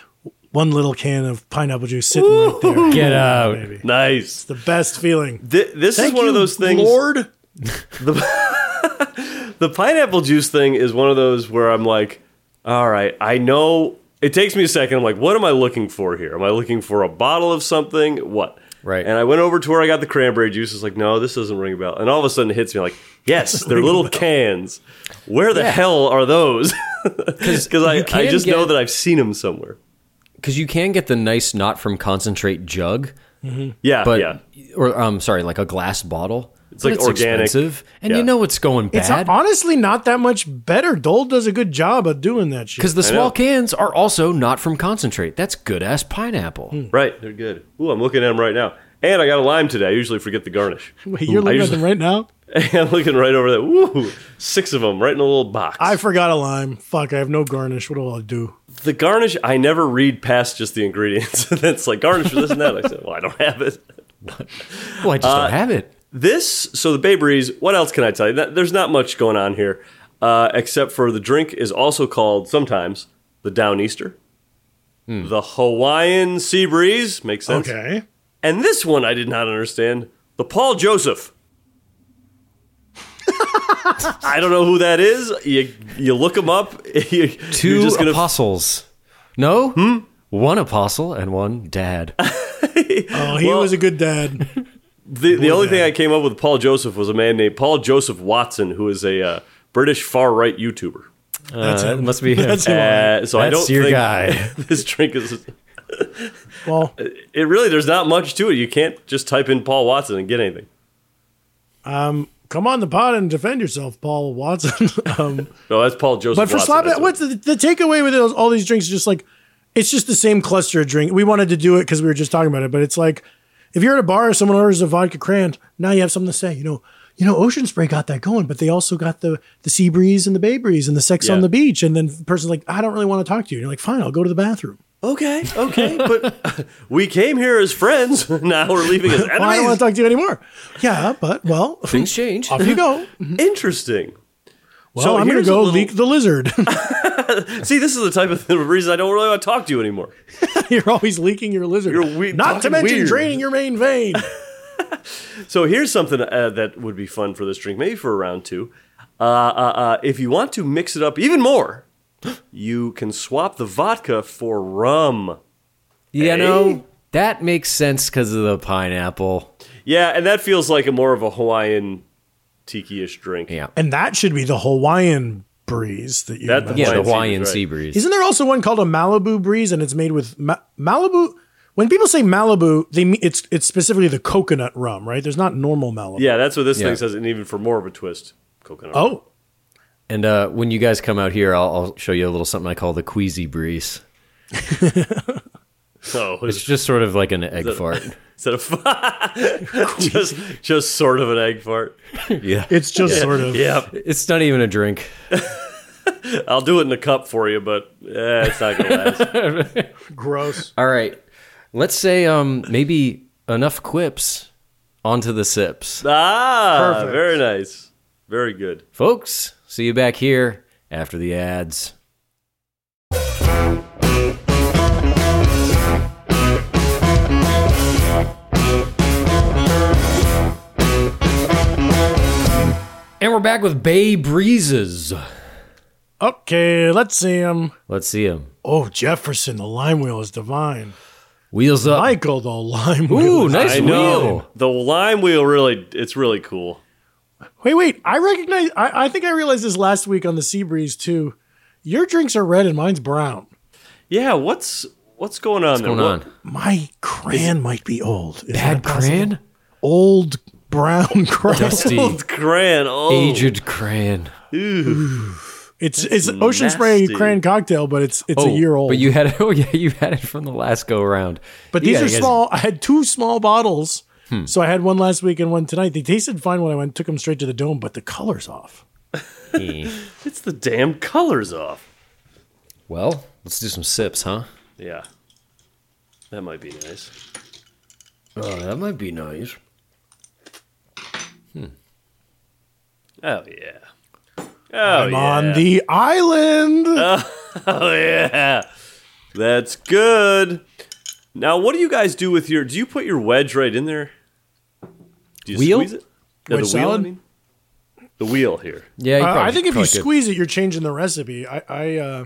[SPEAKER 3] One little can of pineapple juice sitting right there.
[SPEAKER 1] Get out.
[SPEAKER 3] baby.
[SPEAKER 2] Nice.
[SPEAKER 3] The best feeling.
[SPEAKER 2] Th- this
[SPEAKER 3] Thank
[SPEAKER 2] is one of
[SPEAKER 3] you,
[SPEAKER 2] those things.
[SPEAKER 3] Lord.
[SPEAKER 2] The pineapple juice thing is one of those where I'm like, all right, I know. It takes me a second. I'm like, what am I looking for here? Am I looking for a bottle of something? What?
[SPEAKER 1] Right.
[SPEAKER 2] And I went over to where I got the cranberry juice. It's like, no, this doesn't ring a bell. And all of a sudden it hits me like, yes, they're little cans. Where the hell are those? Because I,
[SPEAKER 1] you
[SPEAKER 2] I
[SPEAKER 1] can
[SPEAKER 2] just know
[SPEAKER 1] get-
[SPEAKER 2] that I've seen them somewhere.
[SPEAKER 1] Because you can get the nice not from concentrate jug,
[SPEAKER 2] Yeah.
[SPEAKER 1] but
[SPEAKER 2] yeah.
[SPEAKER 1] or I'm sorry, like a glass bottle. It's
[SPEAKER 2] like organic.
[SPEAKER 1] expensive, and
[SPEAKER 2] Yeah.
[SPEAKER 1] you know it's going
[SPEAKER 3] It's
[SPEAKER 1] bad
[SPEAKER 3] honestly not that much better. Dole does a good job of doing that shit.
[SPEAKER 1] because the
[SPEAKER 2] know.
[SPEAKER 1] small cans are also not from concentrate. That's good ass pineapple.
[SPEAKER 2] Right. They're good. Ooh, I'm looking at them right now. And I got a lime today. I usually forget the garnish.
[SPEAKER 3] Wait, you're
[SPEAKER 2] I
[SPEAKER 3] looking at
[SPEAKER 2] usually-
[SPEAKER 3] them right now?
[SPEAKER 2] I'm looking right over there. Ooh, six of them right in a little box.
[SPEAKER 3] I forgot a lime. Fuck, I have no garnish. What do I do?
[SPEAKER 2] the garnish i never read past just the ingredients and it's like garnish for this and that i said well i don't have it
[SPEAKER 1] Well, Oh, I just
[SPEAKER 2] Uh,
[SPEAKER 1] don't have it.
[SPEAKER 2] this so the bay breeze what else can i tell you That- there's not much going on here uh, except for the drink is also called sometimes the downeaster the hawaiian sea breeze makes sense
[SPEAKER 3] Hmm. Okay.
[SPEAKER 2] and this one i did not understand the paul joseph I don't know who that is. You you look him up. You,
[SPEAKER 1] Two
[SPEAKER 2] you're just gonna Hmm?
[SPEAKER 1] apostles. No, one apostle and one dad.
[SPEAKER 3] Oh, he
[SPEAKER 2] Well-
[SPEAKER 3] was a good dad.
[SPEAKER 2] The, the only
[SPEAKER 3] dad.
[SPEAKER 2] thing I came up with Paul Joseph was a man named Paul Joseph Watson, who is a uh, British far right YouTuber.
[SPEAKER 1] That's it. must be him.
[SPEAKER 3] That's
[SPEAKER 1] That's,
[SPEAKER 3] who I-
[SPEAKER 2] Uh, so I don't
[SPEAKER 1] your
[SPEAKER 2] think
[SPEAKER 1] guy.
[SPEAKER 2] this drink is.
[SPEAKER 3] Well,
[SPEAKER 2] It really, there's not much to it. You can't just type in Paul Watson and get anything.
[SPEAKER 3] come on the pod and defend yourself, Paul Watson. um,
[SPEAKER 2] No, that's Paul Joseph.
[SPEAKER 3] But for
[SPEAKER 2] Watson,
[SPEAKER 3] slap,
[SPEAKER 2] that's
[SPEAKER 3] what's the, the takeaway with those, all these drinks? Is just like it's just the same cluster of drink. We wanted to do it because we were just talking about it, but it's like if you're at a bar, someone orders a vodka cran, now you have something to say. You know, you know, Ocean Spray got that going, but they also got the the sea breeze and the bay breeze and the sex
[SPEAKER 2] Yeah.
[SPEAKER 3] on the beach, and then the person's like, I don't really want to talk to you. And you're like, fine, I'll go to the bathroom.
[SPEAKER 2] Okay, okay, but we came here as friends. Now we're leaving as
[SPEAKER 3] Well, I don't want
[SPEAKER 2] enemies.
[SPEAKER 3] to talk to you anymore. Yeah, but well,
[SPEAKER 1] Things change.
[SPEAKER 3] off you go.
[SPEAKER 2] Interesting.
[SPEAKER 3] Well, I'm gonna
[SPEAKER 2] here's a
[SPEAKER 3] go
[SPEAKER 2] little-
[SPEAKER 3] leak the lizard.
[SPEAKER 2] See, this is the type of reason I don't really want to talk to you anymore.
[SPEAKER 3] you're always leaking your lizard.
[SPEAKER 2] You're we-
[SPEAKER 3] Not to
[SPEAKER 2] talking
[SPEAKER 3] mention
[SPEAKER 2] weird.
[SPEAKER 3] draining your main vein.
[SPEAKER 2] So here's something uh, that would be fun for this drink, maybe for a round two. Uh, uh, uh, if you want to mix it up even more, you can swap the vodka for rum.
[SPEAKER 1] You
[SPEAKER 2] Hey.
[SPEAKER 1] know that makes sense because of the pineapple.
[SPEAKER 2] Yeah, and that feels like a more of a Hawaiian tiki-ish drink.
[SPEAKER 1] Yeah.
[SPEAKER 3] And that should be the Hawaiian breeze that you.
[SPEAKER 2] That-
[SPEAKER 3] mentioned.
[SPEAKER 1] Yeah, the
[SPEAKER 2] Hawaiian
[SPEAKER 1] Hawaiian sea
[SPEAKER 2] sea
[SPEAKER 1] breeze.
[SPEAKER 3] Isn't there also one called a Malibu breeze, and it's made with ma- Malibu? When people say Malibu, they mean it's it's specifically the coconut rum, right? There's not normal Malibu.
[SPEAKER 2] Yeah, that's what this
[SPEAKER 1] Yeah.
[SPEAKER 2] thing says, and even for more of a twist, coconut.
[SPEAKER 3] Oh,
[SPEAKER 1] And uh, when you guys come out here, I'll, I'll show you a little something I call the queasy breeze.
[SPEAKER 2] Oh,
[SPEAKER 1] It's just sort of like an egg fart.
[SPEAKER 2] instead of just just sort of an egg fart.
[SPEAKER 1] Yeah,
[SPEAKER 3] It's just sort of.
[SPEAKER 2] Yeah,
[SPEAKER 1] it's not even a drink.
[SPEAKER 2] I'll do it in a cup for you, but eh, it's not gonna last.
[SPEAKER 3] Gross.
[SPEAKER 1] All right, let's say um, maybe enough quips onto the sips,
[SPEAKER 2] ah,
[SPEAKER 3] Perfect.
[SPEAKER 2] very nice, very good.
[SPEAKER 1] folks. See you back here after the ads. And we're back with Bay Breezes.
[SPEAKER 3] Okay, let's see him.
[SPEAKER 1] Let's see him.
[SPEAKER 3] Oh, Jefferson, the lime wheel is divine.
[SPEAKER 1] Wheels up.
[SPEAKER 3] Michael, the lime wheel.
[SPEAKER 1] Ooh,
[SPEAKER 3] is-
[SPEAKER 1] nice
[SPEAKER 2] I
[SPEAKER 1] wheel.
[SPEAKER 2] know the lime wheel really. It's really cool.
[SPEAKER 3] Wait, wait. I recognize. I, I think I realized this last week on the Sea Breeze too. Your drinks are red and mine's brown.
[SPEAKER 2] Yeah, what's what's going on there?
[SPEAKER 1] What's going
[SPEAKER 2] What-
[SPEAKER 1] on?
[SPEAKER 3] My crayon might be old. Is
[SPEAKER 1] Bad
[SPEAKER 3] that possible?
[SPEAKER 1] crayon?
[SPEAKER 3] Old brown crayon.
[SPEAKER 1] Dusty.
[SPEAKER 2] Old Gran, oh,
[SPEAKER 1] Aged crayon.
[SPEAKER 3] It's it's ocean
[SPEAKER 2] Mm,
[SPEAKER 3] spray
[SPEAKER 2] nasty.
[SPEAKER 3] crayon cocktail, but it's it's a year old.
[SPEAKER 1] Oh, But you had it. Oh yeah, you had it from the last go round.
[SPEAKER 3] But
[SPEAKER 1] You Hmm.
[SPEAKER 3] these
[SPEAKER 1] gotta
[SPEAKER 3] are
[SPEAKER 1] guess-
[SPEAKER 3] small. I had two small bottles. So I had one last week and one tonight. They tasted fine when I went took them straight to the dome, but the color's off.
[SPEAKER 1] E.
[SPEAKER 2] it's the damn colors off.
[SPEAKER 1] Well, let's do some sips, huh?
[SPEAKER 2] Yeah, that might be nice.
[SPEAKER 1] Oh, that might be nice.
[SPEAKER 2] Oh yeah, oh
[SPEAKER 3] I'm
[SPEAKER 2] yeah,
[SPEAKER 3] on the island.
[SPEAKER 2] oh yeah. That's good. Now, what do you guys do with your? Do you put your wedge right in there? Do you
[SPEAKER 1] Wheel?
[SPEAKER 2] squeeze it? No,
[SPEAKER 3] Wedge
[SPEAKER 2] the wheel. I
[SPEAKER 3] salad?
[SPEAKER 2] mean, the wheel here.
[SPEAKER 1] Yeah, you
[SPEAKER 3] Uh,
[SPEAKER 1] probably-
[SPEAKER 3] I think if you
[SPEAKER 1] probably could.
[SPEAKER 3] squeeze it, you're changing the recipe. I, I uh,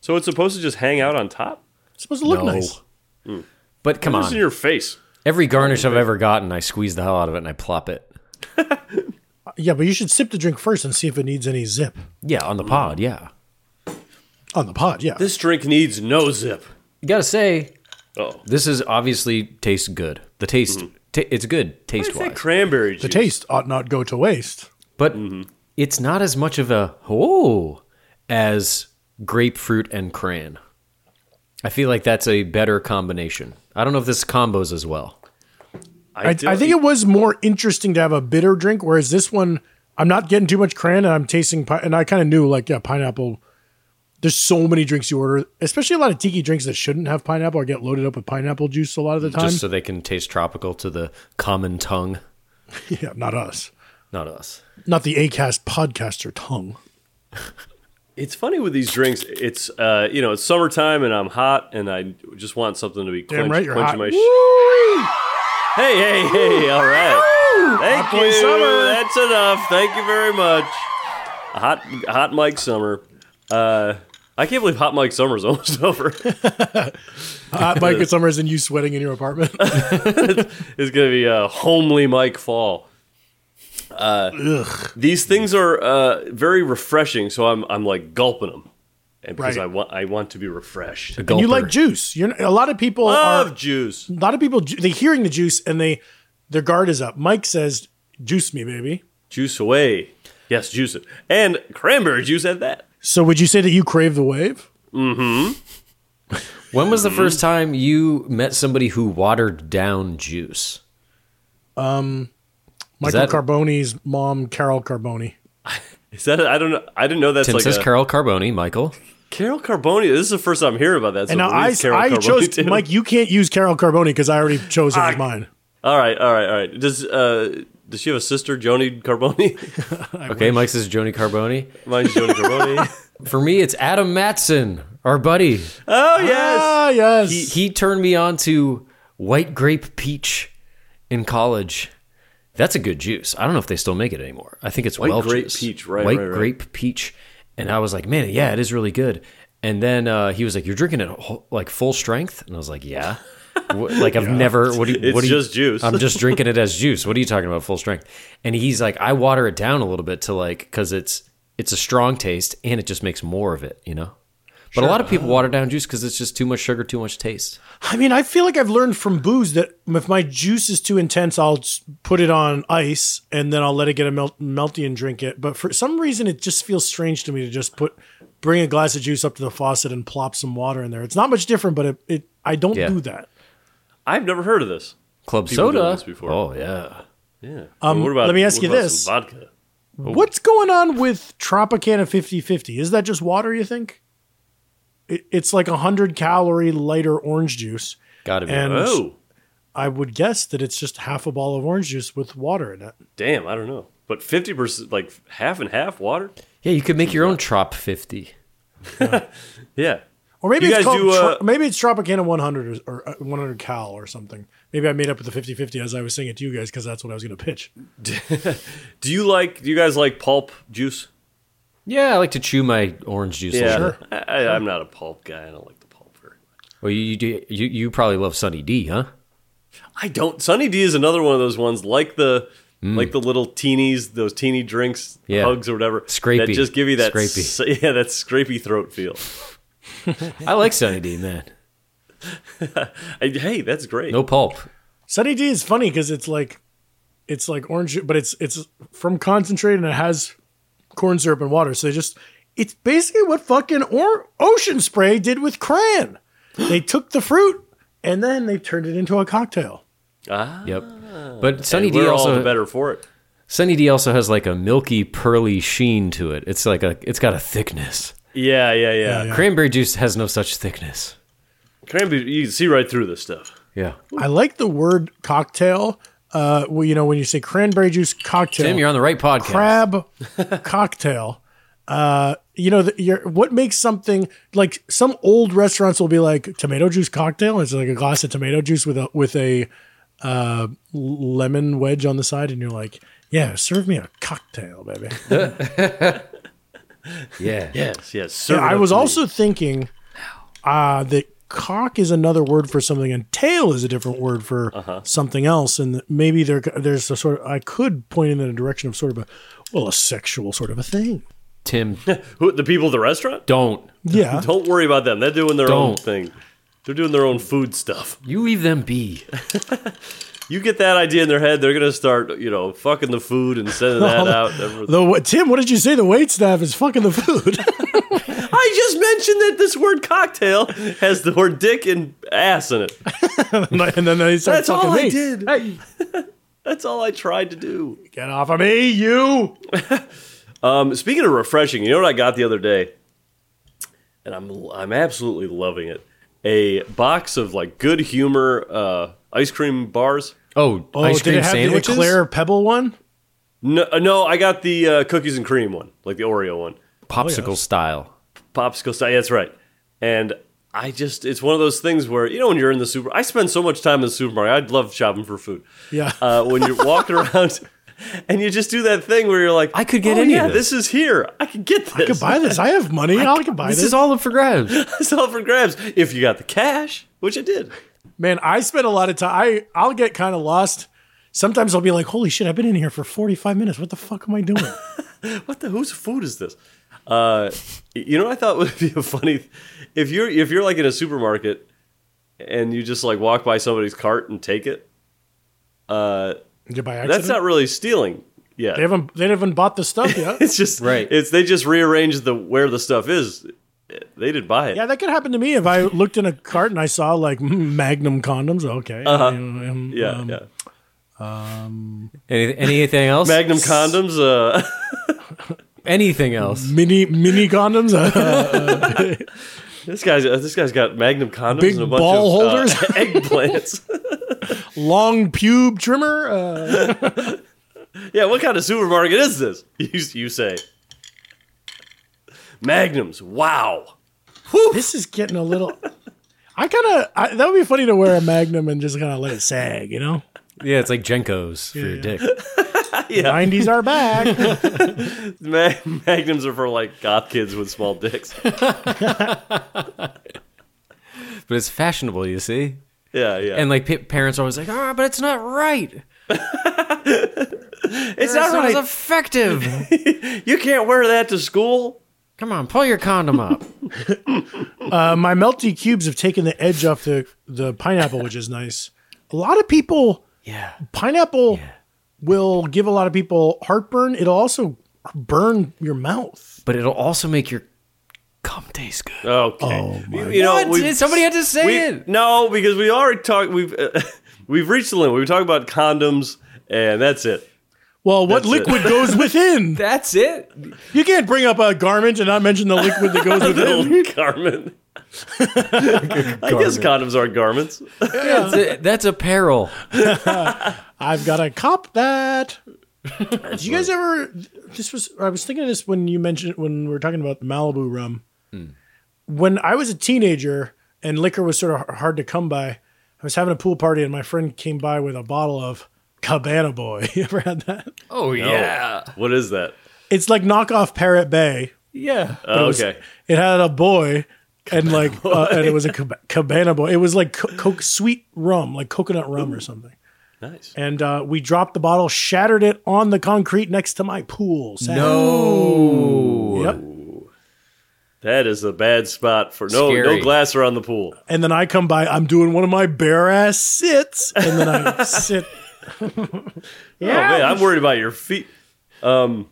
[SPEAKER 2] So it's supposed to just hang out on top.
[SPEAKER 3] it's supposed to look
[SPEAKER 1] No.
[SPEAKER 3] nice.
[SPEAKER 1] but come
[SPEAKER 2] It's
[SPEAKER 1] on,
[SPEAKER 2] in your face.
[SPEAKER 1] every garnish I've ever gotten, I squeeze the hell out of it and I plop it.
[SPEAKER 3] Uh, Yeah, but you should sip the drink first and see if it needs any zip
[SPEAKER 1] Yeah, on
[SPEAKER 3] Mm.
[SPEAKER 1] the pod. Yeah,
[SPEAKER 3] on the pod. Yeah,
[SPEAKER 2] This drink needs no zip.
[SPEAKER 1] you gotta say
[SPEAKER 2] Oh,
[SPEAKER 1] this is obviously tastes good. The taste, ta- it's good taste wise,
[SPEAKER 2] cranberry juice.
[SPEAKER 3] the taste ought not go to waste.
[SPEAKER 1] but
[SPEAKER 2] Mm-hmm.
[SPEAKER 1] it's not as much of a oh as grapefruit and crayon. I feel like that's a better combination. I don't know if this combos as well.
[SPEAKER 2] I,
[SPEAKER 3] I, I
[SPEAKER 2] do-
[SPEAKER 3] think it was more interesting to have a bitter drink, whereas this one, I'm not getting too much crayon and I'm tasting, pi- and I kind of knew like, yeah, pineapple. There's so many drinks you order, especially a lot of tiki drinks that shouldn't have pineapple or get loaded up with pineapple juice a lot of the time.
[SPEAKER 1] just so they can taste tropical to the common tongue.
[SPEAKER 3] yeah, not us.
[SPEAKER 1] Not us.
[SPEAKER 3] Not the ACAST podcaster tongue.
[SPEAKER 2] It's funny with these drinks. It's uh, you know, it's summertime and I'm hot and I just want something to be
[SPEAKER 3] Damn
[SPEAKER 2] clench,
[SPEAKER 3] right you're
[SPEAKER 2] clenching
[SPEAKER 3] hot.
[SPEAKER 2] my. Sh- hey, hey, hey! All right, thank
[SPEAKER 3] Hot boy
[SPEAKER 2] you.
[SPEAKER 3] summer.
[SPEAKER 2] That's enough. Thank you very much. Hot, hot Mike summer. Uh, I can't believe Hot Mike summer's almost over.
[SPEAKER 3] Uh, Mike, it's summers and you sweating in your apartment.
[SPEAKER 2] It's gonna be a homely Mike fall. Uh, these things are uh, very refreshing, so I'm I'm like gulping them, and because
[SPEAKER 3] Right.
[SPEAKER 2] I want I want to be refreshed.
[SPEAKER 1] A
[SPEAKER 3] and you
[SPEAKER 1] gulper.
[SPEAKER 3] like juice. You're a lot of people
[SPEAKER 2] Uh,
[SPEAKER 3] are
[SPEAKER 2] Love juice.
[SPEAKER 3] a lot of people ju- they hearing the juice and they their guard is up. Mike says, "Juice me, baby."
[SPEAKER 2] juice away. Yes, juice it. And cranberry juice at that.
[SPEAKER 3] So would you say that you crave the wave?
[SPEAKER 1] When was the
[SPEAKER 2] Mm-hmm.
[SPEAKER 1] first time you met somebody who watered down juice?
[SPEAKER 3] Michael
[SPEAKER 1] that-
[SPEAKER 3] Carbone's mom, Carol Carbone.
[SPEAKER 2] Is that I don't know. I didn't know that's
[SPEAKER 1] Tim
[SPEAKER 2] like
[SPEAKER 1] says
[SPEAKER 2] a,
[SPEAKER 1] Carol Carboni, Michael.
[SPEAKER 2] Carol Carboni. This is the first time I'm hearing about that. So
[SPEAKER 3] And now
[SPEAKER 2] maybe
[SPEAKER 3] I,
[SPEAKER 2] it's Carol
[SPEAKER 3] I
[SPEAKER 2] Carboni
[SPEAKER 3] chose
[SPEAKER 2] too.
[SPEAKER 3] Mike. You can't use Carol Carbone because I already chose it as mine.
[SPEAKER 2] All right, all right, all right. Does uh does she have a sister, Joni Carboni?
[SPEAKER 1] Okay, Mike says Joni Carboni.
[SPEAKER 2] Mine's Joni Carboni.
[SPEAKER 1] For me, it's Adam Matson, our buddy.
[SPEAKER 2] oh yes.
[SPEAKER 3] Ah, yes.
[SPEAKER 1] He, he turned me on to white grape peach in college. That's a good juice. I don't know if they still make it anymore. I think it's white
[SPEAKER 2] grape peach, right,
[SPEAKER 1] White
[SPEAKER 2] right, right.
[SPEAKER 1] grape peach, and I was like, man, yeah, it is really good. And then uh, he was like, you're drinking it whole, like full strength, and I was like, yeah. Wh- like I've never. What do you?
[SPEAKER 2] It's
[SPEAKER 1] what do you-
[SPEAKER 2] just juice.
[SPEAKER 1] I'm just drinking it as juice. What are you talking about, full strength? And he's like, I water it down a little bit to like because it's it's a strong taste and it just makes more of it. You know. But a lot of people water down juice because it's just too much sugar, too much taste.
[SPEAKER 3] I mean, I feel like I've learned from booze that if my juice is too intense, I'll s- put it on ice and then I'll let it get a melt- melty and drink it. But for some reason, it just feels strange to me to just put bring a glass of juice up to the faucet and plop some water in there. It's not much different, but it, it I don't
[SPEAKER 1] Yeah.
[SPEAKER 3] do that.
[SPEAKER 2] I've never heard of this.
[SPEAKER 1] Club
[SPEAKER 2] People did
[SPEAKER 1] soda.
[SPEAKER 2] this before.
[SPEAKER 1] Oh yeah.
[SPEAKER 2] Yeah.
[SPEAKER 3] Um, let me ask
[SPEAKER 2] what
[SPEAKER 3] you
[SPEAKER 2] about
[SPEAKER 3] this.
[SPEAKER 2] some vodka.
[SPEAKER 3] What's going on with Tropicana 50/50? Is that just water? You think? It, it's like a hundred calorie lighter orange juice.
[SPEAKER 1] Gotta be.
[SPEAKER 3] And-
[SPEAKER 2] Oh,
[SPEAKER 3] I would guess that it's just half a ball of orange juice with water in it.
[SPEAKER 2] damn. I don't know. But 50%, like half and half water?
[SPEAKER 1] yeah, you could make your own Trop 50.
[SPEAKER 2] Yeah.
[SPEAKER 3] Or maybe
[SPEAKER 2] You
[SPEAKER 3] it's
[SPEAKER 2] guys
[SPEAKER 3] called
[SPEAKER 2] do, uh,
[SPEAKER 3] Tro- maybe it's Tropicana 100 or, or uh, 100 Cal or something. Maybe I made up with the 50-50 as I was saying it to you guys because that's what I was going to pitch.
[SPEAKER 2] Do you like, do you guys like pulp juice?
[SPEAKER 1] Yeah, I like to chew my orange juice. a little bit.
[SPEAKER 2] I, I, I'm not a pulp guy. I don't like the pulp very much.
[SPEAKER 1] Well, you you, do, you you probably love Sunny D, huh?
[SPEAKER 2] I don't. Sunny D is another one of those ones like the.
[SPEAKER 3] Mm.
[SPEAKER 2] Like the little teenies, those teeny drinks,
[SPEAKER 1] Yeah.
[SPEAKER 2] hugs or whatever, that
[SPEAKER 1] Scrapey.
[SPEAKER 2] just give you that,
[SPEAKER 1] Scrapey.
[SPEAKER 2] s- yeah, that scrapey throat feel.
[SPEAKER 1] I like Sunny D, man.
[SPEAKER 2] I- hey, that's great.
[SPEAKER 1] No pulp.
[SPEAKER 3] Sunny D is funny because it's like it's like orange, ju- but it's it's from concentrate and it has corn syrup and water. So they just it's basically what fucking or- Ocean Spray did with Cran. They took the fruit and then they turned it into a cocktail.
[SPEAKER 2] Ah,
[SPEAKER 1] Yep. But Sunny
[SPEAKER 2] and we're
[SPEAKER 1] D
[SPEAKER 2] all the
[SPEAKER 1] also
[SPEAKER 2] better for it.
[SPEAKER 1] Sunny D also has like a milky pearly sheen to it. It's like a it's got a thickness.
[SPEAKER 2] Yeah, yeah, yeah.
[SPEAKER 3] Yeah, yeah.
[SPEAKER 1] Cranberry juice has no such thickness.
[SPEAKER 2] Cranberry, you can see right through this stuff.
[SPEAKER 1] Yeah.
[SPEAKER 3] I like the word cocktail. Uh, well, you know when you say cranberry juice cocktail.
[SPEAKER 1] Tim, you're on the right podcast.
[SPEAKER 3] crab cocktail. Uh, you know, the, your, what makes something like some old restaurants will be like tomato juice cocktail. It's like a glass of tomato juice with a with a uh, lemon wedge on the side, and you're like, yeah, serve me a cocktail, baby.
[SPEAKER 1] Yeah.
[SPEAKER 2] Yes, yes. serve
[SPEAKER 3] Yeah,
[SPEAKER 2] it
[SPEAKER 3] I
[SPEAKER 2] up
[SPEAKER 3] was
[SPEAKER 2] to me.
[SPEAKER 3] also thinking uh, that cock is another word for something, and tail is a different word for something else. And that maybe there there's a sort of I could point in a direction of sort of a well, a sexual sort of a thing.
[SPEAKER 1] Tim,
[SPEAKER 2] Who, the people at the restaurant.
[SPEAKER 1] don't.
[SPEAKER 3] Yeah,
[SPEAKER 2] Don't worry about them. They're doing their own
[SPEAKER 1] Don't.
[SPEAKER 2] thing. They're doing their own food stuff.
[SPEAKER 1] You leave them be.
[SPEAKER 2] You get that idea in their head, they're gonna start, you know, fucking the food and sending that out. Everything.
[SPEAKER 3] The wa- Tim, what did you say? The wait staff is fucking the food.
[SPEAKER 2] I just mentioned that this word cocktail has the word dick and ass in it.
[SPEAKER 3] and then they start
[SPEAKER 2] That's
[SPEAKER 3] fucking
[SPEAKER 2] all
[SPEAKER 3] me.
[SPEAKER 2] I did. That's all I tried to do.
[SPEAKER 3] Get off of me, you.
[SPEAKER 2] Um, speaking of refreshing, you know what I got the other day, and I'm I'm absolutely loving it. A box of like good humor uh, ice cream bars.
[SPEAKER 1] Oh,
[SPEAKER 3] Oh,
[SPEAKER 1] ice
[SPEAKER 3] did
[SPEAKER 1] cream
[SPEAKER 3] it have
[SPEAKER 1] sandwiches.
[SPEAKER 3] the Oh, Eclair Pebble one?
[SPEAKER 2] No, uh, no, I got the uh, cookies and cream one, like the Oreo one,
[SPEAKER 1] Popsicle style.
[SPEAKER 2] popsicle style. Yeah, that's right. And I just, it's one of those things where you know when you're in the super. I spend so much time in the supermarket. I'd love shopping for food.
[SPEAKER 3] Yeah.
[SPEAKER 2] Uh, when you're walking around, and you just do that thing where you're like,
[SPEAKER 1] I could get
[SPEAKER 2] oh,
[SPEAKER 1] any of
[SPEAKER 2] yeah,
[SPEAKER 1] this."
[SPEAKER 2] this. is here. I could get this.
[SPEAKER 3] I could buy this. I have money. I, can buy this.
[SPEAKER 1] This is all up for grabs.
[SPEAKER 2] It's all for grabs if you got the cash, which I did.
[SPEAKER 3] Man, I spend a lot of time. I, I'll get kind of lost. Sometimes I'll be like, holy shit, I've been in here for 45 minutes. What the fuck am I doing?
[SPEAKER 2] what the whose food is this? Uh, you know what I thought would be a funny if you're if you're like in a supermarket and you just like walk by somebody's cart and take it. Uh,
[SPEAKER 3] Did by accident?
[SPEAKER 2] that's not really stealing.
[SPEAKER 3] they
[SPEAKER 2] Yeah,
[SPEAKER 3] haven't they haven't bought the stuff yet.
[SPEAKER 2] it's just
[SPEAKER 1] Right.
[SPEAKER 2] It's they just rearranged the where the stuff is. They didn't buy it.
[SPEAKER 3] yeah, that could happen to me if I looked in a cart and I saw like mm, Magnum condoms. Okay. Um,
[SPEAKER 2] yeah,
[SPEAKER 3] um,
[SPEAKER 2] yeah.
[SPEAKER 1] Any, anything else?
[SPEAKER 2] Magnum condoms. Uh,
[SPEAKER 1] anything else?
[SPEAKER 3] Mini mini condoms.
[SPEAKER 2] this guy's uh, this guy's got Magnum condoms
[SPEAKER 3] Big
[SPEAKER 2] and a bunch
[SPEAKER 3] ball
[SPEAKER 2] of uh,
[SPEAKER 3] holders?
[SPEAKER 2] eggplants.
[SPEAKER 3] long pube trimmer. Uh,
[SPEAKER 2] yeah, what kind of supermarket is this? You you say. Magnums. Wow.
[SPEAKER 3] this is getting a little. I kind of that would be funny to wear a Magnum and just kind of let it sag, you know.
[SPEAKER 1] Yeah, it's like Jenko's for your dick.
[SPEAKER 3] Nineties are back.
[SPEAKER 2] Ma- magnums are for like goth kids with small dicks.
[SPEAKER 1] But it's fashionable, you see?
[SPEAKER 2] Yeah, yeah.
[SPEAKER 1] And like pa- parents are always like, ah, but it's not right.
[SPEAKER 2] it's
[SPEAKER 1] It's
[SPEAKER 2] not
[SPEAKER 1] not
[SPEAKER 2] right.
[SPEAKER 1] as effective.
[SPEAKER 2] you can't wear that to school.
[SPEAKER 1] Come on, pull your condom up.
[SPEAKER 3] Uh, my melty cubes have taken the edge off the, the pineapple, which is nice. A lot of people,
[SPEAKER 1] yeah.
[SPEAKER 3] pineapple will give a lot of people heartburn. It'll also burn your mouth.
[SPEAKER 1] But it'll also make your cum taste good.
[SPEAKER 2] Okay.
[SPEAKER 3] Oh
[SPEAKER 2] you, you
[SPEAKER 1] What?
[SPEAKER 2] we've-
[SPEAKER 1] Somebody had to say
[SPEAKER 2] we-
[SPEAKER 1] it.
[SPEAKER 2] No, because we already talked. We've uh, we've reached the limit. We were talking about condoms, and that's it.
[SPEAKER 3] Well, what
[SPEAKER 2] That's it.
[SPEAKER 3] liquid goes within?
[SPEAKER 1] That's it.
[SPEAKER 3] You can't bring up a garment and not mention the liquid that goes within.
[SPEAKER 2] Little garment. I guess condoms are garments.
[SPEAKER 1] That's it. That's apparel.
[SPEAKER 3] I've got to cop that. Did you guys ever? This was I was thinking of this when you mentioned when we were talking about the Malibu rum. When I was a teenager and liquor was sort of hard to come by, I was having a pool party and my friend came by with a bottle of Cabana Boy. You ever had that?
[SPEAKER 1] Oh
[SPEAKER 2] No. What is that?
[SPEAKER 3] It's like knockoff Parrot Bay.
[SPEAKER 1] Yeah.
[SPEAKER 2] Oh,
[SPEAKER 3] was-
[SPEAKER 2] okay.
[SPEAKER 3] It had a boy. And like, uh, and it was a Cab- cabana boy. It was like co- co- sweet rum, like coconut rum or something.
[SPEAKER 2] Nice.
[SPEAKER 3] and uh, we dropped the bottle, shattered it on the concrete next to my pool. Sad.
[SPEAKER 1] No.
[SPEAKER 3] Yep.
[SPEAKER 2] That is a bad spot for no
[SPEAKER 1] Scary.
[SPEAKER 2] no glass around the pool.
[SPEAKER 3] And then I come by, I'm doing one of my bare ass sits, and then I sit.
[SPEAKER 2] Oh man, I'm worried about your feet. Um,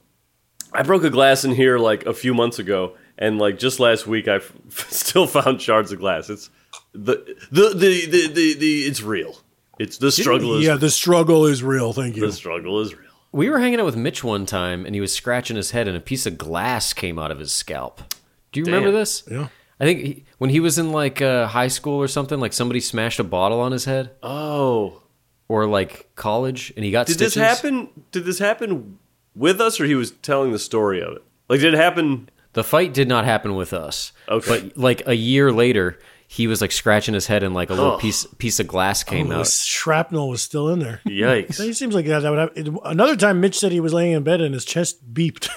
[SPEAKER 2] I broke a glass in here like a few months ago, and like just last week, I f- still found shards of glass. It's the the the the the, the it's real. It's the struggle is
[SPEAKER 3] Yeah, the struggle is real. Thank you.
[SPEAKER 2] the struggle is real.
[SPEAKER 1] We were hanging out with Mitch one time, and he was scratching his head, and a piece of glass came out of his scalp. Do you remember this?
[SPEAKER 3] Yeah.
[SPEAKER 1] I think he, when he was in like uh, high school or something, like somebody smashed a bottle on his head,
[SPEAKER 2] Oh,
[SPEAKER 1] or like college, and he got
[SPEAKER 2] did
[SPEAKER 1] stitches.
[SPEAKER 2] this happen? Did this happen with us, or he was telling the story of it? Like, did it happen?
[SPEAKER 1] The fight did not happen with us.
[SPEAKER 2] Okay.
[SPEAKER 1] But like a year later, he was like scratching his head, and like a little
[SPEAKER 2] Ugh.
[SPEAKER 1] piece piece of glass came
[SPEAKER 3] The
[SPEAKER 1] out.
[SPEAKER 3] shrapnel was still in there. It
[SPEAKER 2] Yikes!
[SPEAKER 3] seems like that, that would happen. Another time, Mitch said he was laying in bed and his chest beeped.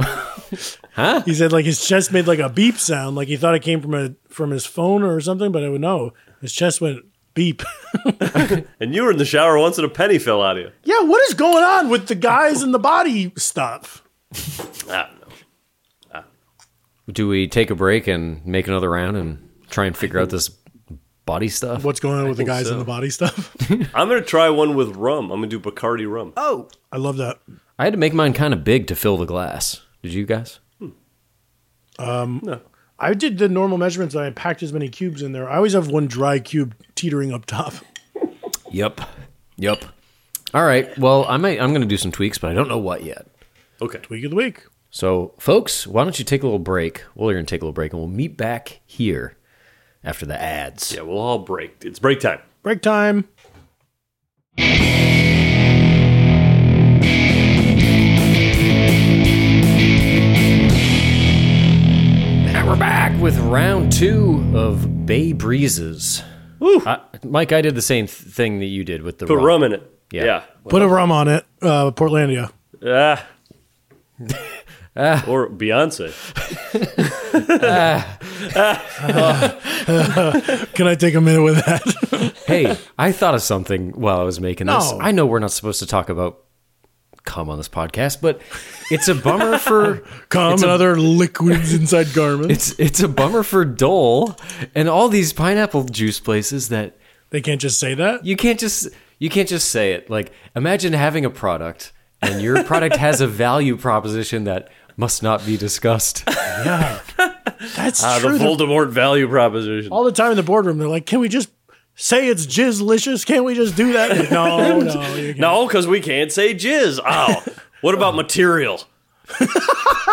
[SPEAKER 1] Huh?
[SPEAKER 3] He said like his chest made like a beep sound, like he thought it came from a from his phone or something, but I would know his chest went beep.
[SPEAKER 2] and you were in the shower once, and a penny fell out of you.
[SPEAKER 3] yeah, what is going on with the guys and the body stuff?
[SPEAKER 2] I don't know.
[SPEAKER 1] Do we take a break and make another round and try and figure out this body stuff?
[SPEAKER 3] what's going on with the
[SPEAKER 2] think
[SPEAKER 3] guys
[SPEAKER 2] so.
[SPEAKER 3] and the body stuff.
[SPEAKER 2] I'm gonna try one with rum. I'm gonna do Bacardi rum.
[SPEAKER 3] I love that.
[SPEAKER 1] I had to make mine kind of big to fill the glass. Did you guys?
[SPEAKER 3] I did the normal measurements and I packed as many cubes in there. I always have one dry cube teetering up top.
[SPEAKER 1] Yep. Yep. All right. Well, I might. I'm going to do some tweaks, but I don't know what yet.
[SPEAKER 2] Okay.
[SPEAKER 3] Week of the week.
[SPEAKER 1] So, folks, why don't you take a little break? Well, you're going to take a little break, and we'll meet back here after the ads.
[SPEAKER 2] Yeah, we'll all break. It's break time.
[SPEAKER 3] Break time.
[SPEAKER 1] And we're back with round two of Bay Breezes. I, Mike, I did the same th- thing that you did with the
[SPEAKER 2] Put
[SPEAKER 1] rum.
[SPEAKER 2] rum in it.
[SPEAKER 1] Yeah.
[SPEAKER 3] Put a rum on it. Uh, Portlandia.
[SPEAKER 2] Ah. Or Beyonce.
[SPEAKER 3] Can I take a minute with that?
[SPEAKER 1] hey, I thought of something while I was making this.
[SPEAKER 3] No.
[SPEAKER 1] I know we're not supposed to talk about cum on this podcast, but it's a bummer for
[SPEAKER 3] Cum
[SPEAKER 1] It's
[SPEAKER 3] and
[SPEAKER 1] a-
[SPEAKER 3] other liquids inside garments.
[SPEAKER 1] It's it's a bummer for Dole and all these pineapple juice places that
[SPEAKER 3] They can't just say that.
[SPEAKER 1] you can't just you can't just say it. Like imagine having a product and your product has a value proposition that must not be discussed.
[SPEAKER 3] Yeah, that's
[SPEAKER 1] Uh,
[SPEAKER 2] Ah, the
[SPEAKER 3] true. They're-
[SPEAKER 2] Voldemort value proposition.
[SPEAKER 3] All the time in the boardroom, they're like, "Can we just say it's jizzlicious? Can't we just do that?" no, no, you can't.
[SPEAKER 2] No, because we can't say jizz. Oh. what about material?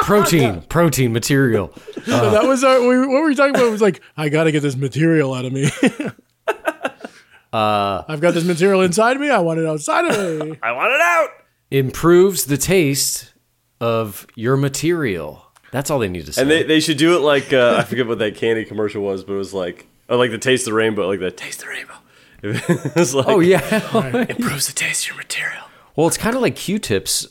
[SPEAKER 1] Protein, protein material.
[SPEAKER 3] that was our, we, what we were talking about. Was like, I got to get this material out of me.
[SPEAKER 1] Uh,
[SPEAKER 3] I've got this material inside me. I want it outside of me.
[SPEAKER 2] I want it out.
[SPEAKER 1] Improves the taste of your material. That's all they need to say.
[SPEAKER 2] And they, they should do it like uh, I forget what that candy commercial was, but it was like oh like the taste of the rainbow, like the taste of the rainbow. it was like
[SPEAKER 1] oh yeah.
[SPEAKER 2] improves the taste of your material.
[SPEAKER 1] Well, it's kind of like Q-tips.